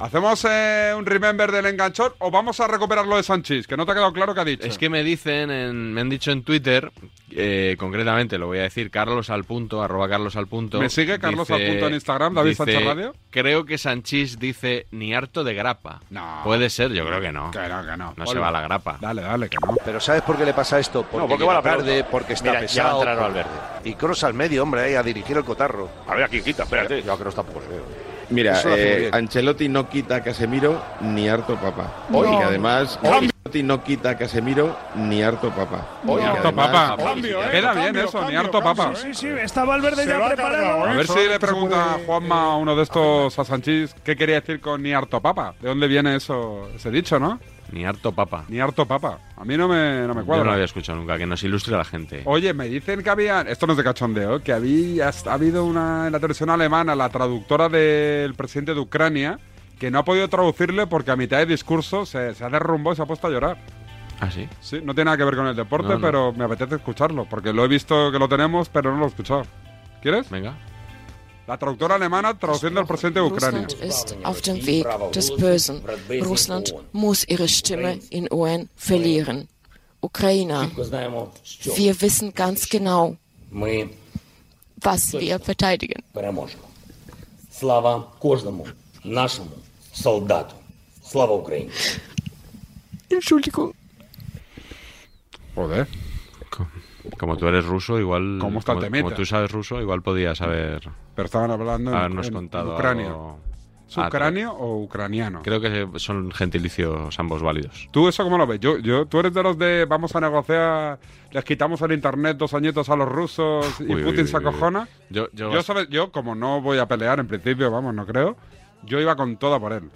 Speaker 6: ¿Hacemos eh, un remember del enganchón o vamos a recuperar lo de Sanchís? Que no te ha quedado claro qué ha dicho.
Speaker 9: Es que me dicen, en- me han dicho en Twitter, eh, concretamente lo voy a decir, Carlos al punto, arroba Carlos al punto.
Speaker 6: ¿Me sigue Carlos al punto en Instagram, David Sánchez Radio?
Speaker 9: Creo que Sanchís dice ni harto de grapa.
Speaker 6: No.
Speaker 9: Puede ser, yo creo que no. no. se
Speaker 6: Olmo.
Speaker 9: va la grapa.
Speaker 6: Dale, dale, que no.
Speaker 5: Pero ¿sabes por qué le pasa esto? Porque,
Speaker 9: porque
Speaker 5: llega
Speaker 9: va la pelota.
Speaker 5: tarde, porque está
Speaker 9: Mira, ya
Speaker 5: pesado.
Speaker 9: va a entrar
Speaker 5: porque- Y Cross al medio, hombre, ahí, a dirigir el cotarro. A ver, aquí quita, espérate. Yo a Cross tampoco le veo.
Speaker 46: Mira,
Speaker 5: Eso lo hace muy
Speaker 46: eh,
Speaker 5: bien.
Speaker 46: Ancelotti no quita a Casemiro ni harto papá.
Speaker 5: Hoy.
Speaker 46: Y que
Speaker 5: No.
Speaker 46: además, Ancelotti no quita a Casemiro ni harto papá.
Speaker 6: Hoy.
Speaker 46: Y que
Speaker 6: Harto
Speaker 46: además-
Speaker 6: papá. Cambio, ¿eh? Queda bien eso, ni harto papa.
Speaker 29: Sí, sí, está Valverde ya preparado.
Speaker 6: A ver si le pregunta Juanma a uno de estos a Sanchís qué quería decir con ni harto papa. ¿De dónde viene eso, ese dicho, no?
Speaker 9: Ni harto papa.
Speaker 6: Ni harto papa. A mí no me, no me
Speaker 9: Yo no lo
Speaker 6: cuadra.
Speaker 9: había escuchado nunca, que nos ilustre a la gente.
Speaker 6: Oye, me dicen que había, esto no es de cachondeo, que había ha habido una en la televisión alemana, la traductora del presidente de Ucrania, que no ha podido traducirle porque a mitad de discurso se, se ha derrumbado y se ha puesto a llorar.
Speaker 9: ¿Ah, sí?
Speaker 6: Sí, no tiene nada que ver con el deporte,
Speaker 9: No, no.
Speaker 6: pero me apetece escucharlo, porque lo he visto que lo tenemos, pero no lo he escuchado. ¿Quieres?
Speaker 9: Venga.
Speaker 6: La traductora alemana traduciendo al presidente de Ucrania.
Speaker 46: Russland ist auf dem Weg des Bösen. Russland muss ihre Stimme in UN verlieren. Ukrainer, wir wissen ganz genau, was wir verteidigen.
Speaker 16: переможемо. Слава кожному нашому солдату. Слава Україні!
Speaker 46: Entschuldigung.
Speaker 6: Joder.
Speaker 9: Como tú eres ruso, igual.
Speaker 6: ¿Cómo está
Speaker 9: como,
Speaker 6: te metas?
Speaker 9: como tú sabes ruso, igual podías haber.
Speaker 6: Pero estaban hablando en
Speaker 9: habernos
Speaker 6: Ucrania-
Speaker 9: Ah, contado
Speaker 6: en Ucrania.
Speaker 9: algo.
Speaker 6: ¿Es
Speaker 9: Ah,
Speaker 6: ucranio o ucraniano?
Speaker 9: Creo que son gentilicios ambos válidos.
Speaker 6: ¿Tú eso cómo lo ves? Yo, yo, tú eres de los de vamos a negociar, les quitamos el internet dos añitos a los rusos y
Speaker 9: Uy, uy,
Speaker 6: Putin
Speaker 9: uy,
Speaker 6: se
Speaker 9: uy, uy.
Speaker 6: acojona.
Speaker 9: Yo, yo,
Speaker 6: Yo, ¿sabes? yo, como no voy a pelear en principio, vamos, no creo, yo iba con toda por él.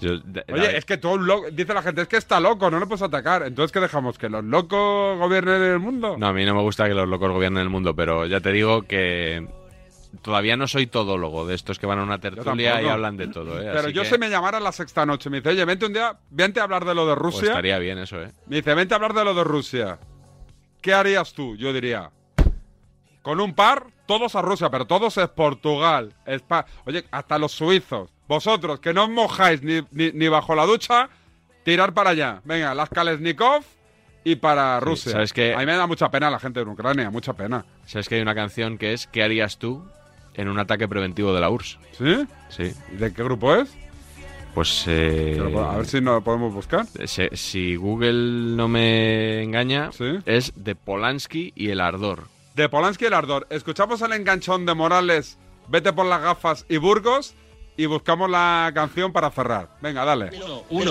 Speaker 9: yo- de-
Speaker 6: Oye, es que todo un loco, dice la gente, es que está loco, no le puedes atacar. Entonces, ¿qué dejamos? ¿Que los locos gobiernen el mundo?
Speaker 9: No, a mí no me gusta que los locos gobiernen el mundo, pero ya te digo que todavía no soy todólogo de estos que van a una tertulia y
Speaker 6: tampoco.
Speaker 9: hablan de todo. ¿eh?
Speaker 6: Pero
Speaker 9: Así
Speaker 6: yo
Speaker 9: que
Speaker 6: si me llamara a la sexta noche, me dice, oye, vente un día, vente a hablar de lo de
Speaker 9: pues,
Speaker 6: Rusia.
Speaker 9: estaría bien eso, ¿eh?
Speaker 6: Me dice, vente a hablar de lo de Rusia. ¿Qué harías tú? Yo diría, con un par, todos a Rusia, pero todos es Portugal. Espa- Oye, hasta los suizos. Vosotros, que no os mojáis ni, ni- ni bajo la ducha, tirar para allá. Venga, las Kalesnikov y para
Speaker 9: Sí,
Speaker 6: Rusia.
Speaker 9: ¿sabes qué?
Speaker 6: A mí me da mucha pena la gente de Ucrania, mucha pena.
Speaker 9: ¿Sabes que hay una canción que es ¿Qué harías tú en un ataque preventivo de la URSS?
Speaker 6: ¿Sí?
Speaker 9: Sí.
Speaker 6: ¿Eh? ¿De qué grupo es?
Speaker 9: Pues eh,
Speaker 6: Pero, a ver si no lo podemos buscar.
Speaker 9: se- si Google no me engaña, es de Polanski y el Ardor.
Speaker 6: De Polanski el Ardor. Escuchamos el enganchón de Morales, Vete por las gafas y Burgos y buscamos la canción para cerrar. Venga, dale.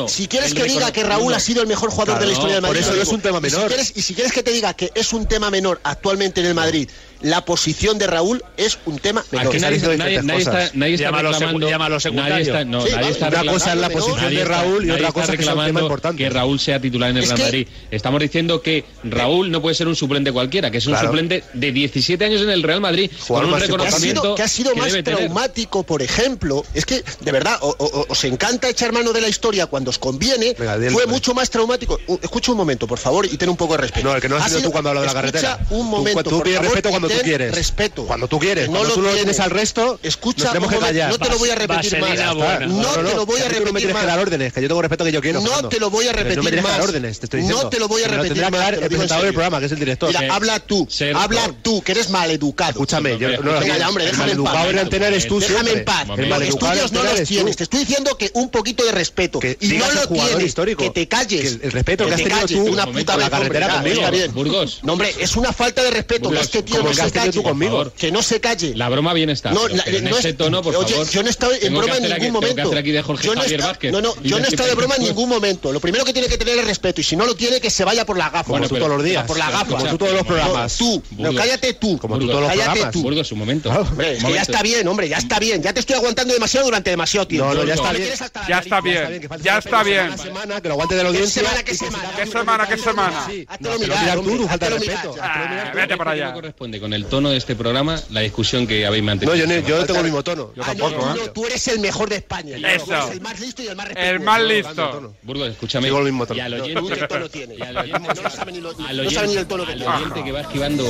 Speaker 10: Si quieres que diga que Raúl ha sido el mejor jugador de la historia del Madrid, te lo digo. Y si quieres- y si quieres que te diga que es un tema menor actualmente en el Madrid, la posición de Raúl es un tema menor.
Speaker 5: Aquí nadie, nadie- nadie está, nadie está
Speaker 10: Llámalo secu-
Speaker 5: reclamando.
Speaker 10: llámalo
Speaker 5: nadie
Speaker 10: secundario.
Speaker 5: está, no,
Speaker 10: Sí,
Speaker 5: nadie
Speaker 10: vale,
Speaker 5: está
Speaker 10: una
Speaker 5: reclamando-
Speaker 10: cosa es la posición
Speaker 5: nadie
Speaker 10: de
Speaker 5: está-
Speaker 10: Raúl y
Speaker 5: nadie
Speaker 10: otra
Speaker 5: está
Speaker 10: cosa es que sea un tema
Speaker 5: reclamando
Speaker 10: importante.
Speaker 5: que Raúl sea titular en el
Speaker 10: Es
Speaker 5: Real
Speaker 10: que- Eh.
Speaker 5: Madrid. Estamos diciendo que Raúl no puede ser un suplente cualquiera, que es un
Speaker 10: Claro.
Speaker 5: suplente de 17 años en el Real Madrid con un
Speaker 10: que ha
Speaker 5: reconocimiento
Speaker 10: sido, que ha sido
Speaker 5: que
Speaker 10: más
Speaker 5: debe tener.
Speaker 10: traumático, por ejemplo, es que de verdad o- o- os encanta echar mano de la historia cuando os conviene.
Speaker 47: dile,
Speaker 10: fue
Speaker 47: dile.
Speaker 10: mucho más traumático. U- Escucha un momento, por favor, y ten un poco de respeto.
Speaker 47: No, el que no has sido tú cuando hablas de la
Speaker 10: escucha
Speaker 47: carretera.
Speaker 10: Un
Speaker 47: Tú-
Speaker 10: momento,
Speaker 47: tú
Speaker 10: por
Speaker 47: pides
Speaker 10: favor,
Speaker 47: respeto cuando
Speaker 10: y
Speaker 47: tú
Speaker 10: ten
Speaker 47: quieres.
Speaker 10: Respeto.
Speaker 47: Cuando tú quieres.
Speaker 10: Que
Speaker 47: Cuando tú no lo
Speaker 10: tienes.
Speaker 47: tienes al resto,
Speaker 10: Escucha,
Speaker 47: nos tenemos
Speaker 10: un
Speaker 47: que
Speaker 10: momento,
Speaker 47: callar.
Speaker 10: No te lo voy a repetir
Speaker 47: Vaselina
Speaker 10: más.
Speaker 47: buena.
Speaker 10: No,
Speaker 47: No, no,
Speaker 10: te lo voy
Speaker 47: a
Speaker 10: a
Speaker 47: ti tú no me
Speaker 10: repetir
Speaker 47: tienes que
Speaker 10: más.
Speaker 47: dar órdenes, que yo tengo respeto que yo quiero,
Speaker 10: No
Speaker 47: Fernando.
Speaker 10: te lo voy
Speaker 47: Pero
Speaker 10: a
Speaker 47: no me
Speaker 10: repetir
Speaker 47: tienes que
Speaker 10: más.
Speaker 47: dar órdenes, te estoy diciendo.
Speaker 10: No te lo voy a
Speaker 47: Que me
Speaker 10: repetir
Speaker 47: tendría que
Speaker 10: más,
Speaker 47: dar
Speaker 10: te lo
Speaker 47: el
Speaker 10: digo en
Speaker 47: presentador del
Speaker 10: serio.
Speaker 47: programa, que es el director.
Speaker 10: Mira,
Speaker 47: Que-
Speaker 10: habla tú,
Speaker 47: ser-
Speaker 10: habla tú, que eres maleducado.
Speaker 47: Escúchame, yo no
Speaker 10: Venga ya, hombre, déjame en paz.
Speaker 47: educado en la antena eres tú
Speaker 10: Déjame
Speaker 47: siempre.
Speaker 10: en paz.
Speaker 47: El
Speaker 10: Los
Speaker 47: maleducado en
Speaker 10: estudios no
Speaker 47: antena
Speaker 10: los
Speaker 47: eres tú.
Speaker 10: tienes. Te estoy diciendo que un poquito de respeto. y no
Speaker 47: digas al
Speaker 10: lo
Speaker 47: jugador
Speaker 10: tienes.
Speaker 47: histórico.
Speaker 10: Que te calles.
Speaker 47: Que el- el respeto que
Speaker 10: te
Speaker 47: has tenido
Speaker 10: calles,
Speaker 47: tú
Speaker 10: una
Speaker 47: con
Speaker 10: puta
Speaker 47: la
Speaker 10: vez,
Speaker 47: carretera
Speaker 10: hombre, ya,
Speaker 47: conmigo.
Speaker 10: está bien.
Speaker 5: Burgos.
Speaker 10: No, hombre, es una falta de respeto que
Speaker 5: Burgos,
Speaker 10: este tío
Speaker 5: como
Speaker 10: no
Speaker 5: el
Speaker 10: se
Speaker 5: que has tenido
Speaker 10: calle.
Speaker 5: tú conmigo.
Speaker 10: Por favor. Que no se calle.
Speaker 5: La broma bien está.
Speaker 10: No,
Speaker 5: pero
Speaker 10: la-
Speaker 5: que en
Speaker 10: no
Speaker 5: este
Speaker 10: es-
Speaker 5: tono, por
Speaker 10: oye,
Speaker 5: favor.
Speaker 10: yo no he estado en
Speaker 5: tengo que
Speaker 10: broma en
Speaker 5: hacer aquí-
Speaker 10: ningún
Speaker 5: tengo que
Speaker 10: momento.
Speaker 5: hacer aquí de Jorge
Speaker 10: Yo no
Speaker 5: Javier
Speaker 10: he estado-
Speaker 5: Vázquez.
Speaker 10: No, no,
Speaker 5: Y
Speaker 10: yo no he
Speaker 5: decir,
Speaker 10: estado de broma en
Speaker 5: pues,
Speaker 10: ningún momento. Lo primero que tiene que tener es respeto. Y si no lo tiene, que se vaya por las gafas.
Speaker 5: Bueno,
Speaker 10: Por
Speaker 5: pero-
Speaker 10: todos los días.
Speaker 5: pero
Speaker 10: Por las
Speaker 5: escucha,
Speaker 10: gafas.
Speaker 5: como tú todos los
Speaker 10: No,
Speaker 5: programas.
Speaker 10: Tú. No,
Speaker 5: Burgos.
Speaker 10: cállate tú.
Speaker 5: Como tú todos los
Speaker 10: cállate
Speaker 5: programas.
Speaker 10: tú.
Speaker 5: Burgos, un momento.
Speaker 10: Hombre, es
Speaker 5: Un
Speaker 10: que ya
Speaker 5: momento.
Speaker 10: está bien, hombre. Ya está bien. Ya te estoy aguantando demasiado durante demasiado tiempo.
Speaker 47: No, no, ya está
Speaker 10: Me
Speaker 47: bien.
Speaker 10: quieres hasta la
Speaker 47: Ya
Speaker 10: nariz.
Speaker 47: está bien. Ya está bien.
Speaker 10: semana,
Speaker 47: que lo aguante de la
Speaker 10: ¿Qué
Speaker 47: audiencia.
Speaker 10: semana, qué semana?
Speaker 6: ¿Qué semana? ¿Qué semana?
Speaker 47: No, te lo miras tú, tu falta de
Speaker 10: háztelo mirar,
Speaker 47: respeto.
Speaker 6: Ah, Vete para allá.
Speaker 5: Corresponde con el tono de este programa la discusión que habéis mantenido.
Speaker 47: No, yo, no- yo no tengo el mismo tono.
Speaker 10: Ah, no, tú no, Tú eres el mejor de España.
Speaker 5: Eso.
Speaker 10: Tú eres el más listo y el más respetuoso.
Speaker 5: El más
Speaker 10: No,
Speaker 5: listo.
Speaker 10: cambia el tono.
Speaker 5: Burgos, escúchame.
Speaker 47: Sigo el mismo
Speaker 5: Y al
Speaker 47: tono.
Speaker 5: oyente,
Speaker 47: Tú qué tono
Speaker 10: tienes.
Speaker 5: Y al oyente,
Speaker 10: No lo sabe ni lo-
Speaker 5: al
Speaker 10: no sabe ni el
Speaker 5: oyente,
Speaker 10: tono que
Speaker 5: al
Speaker 10: tiene.
Speaker 5: oyente que va esquivando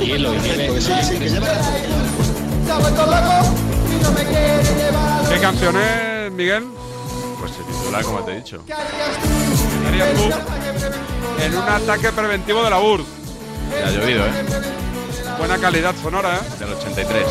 Speaker 5: hielo y nieve.
Speaker 6: ¿Qué canción es, Miguel?
Speaker 9: Pues se titula, como te he dicho.
Speaker 6: Harías tú En un ataque preventivo de la URSS.
Speaker 9: Ya ha llovido, ¿eh?
Speaker 6: Buena calidad sonora, ¿eh?
Speaker 9: Del 83.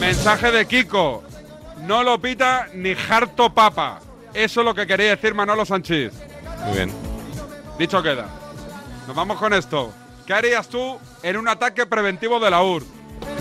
Speaker 6: Mensaje de Kiko. No lo pita ni harto papa. Eso es lo que quería decir Manolo Sánchez.
Speaker 9: Muy bien.
Speaker 6: Dicho queda. Nos vamos con esto. ¿Qué harías tú en un ataque preventivo de la URSS?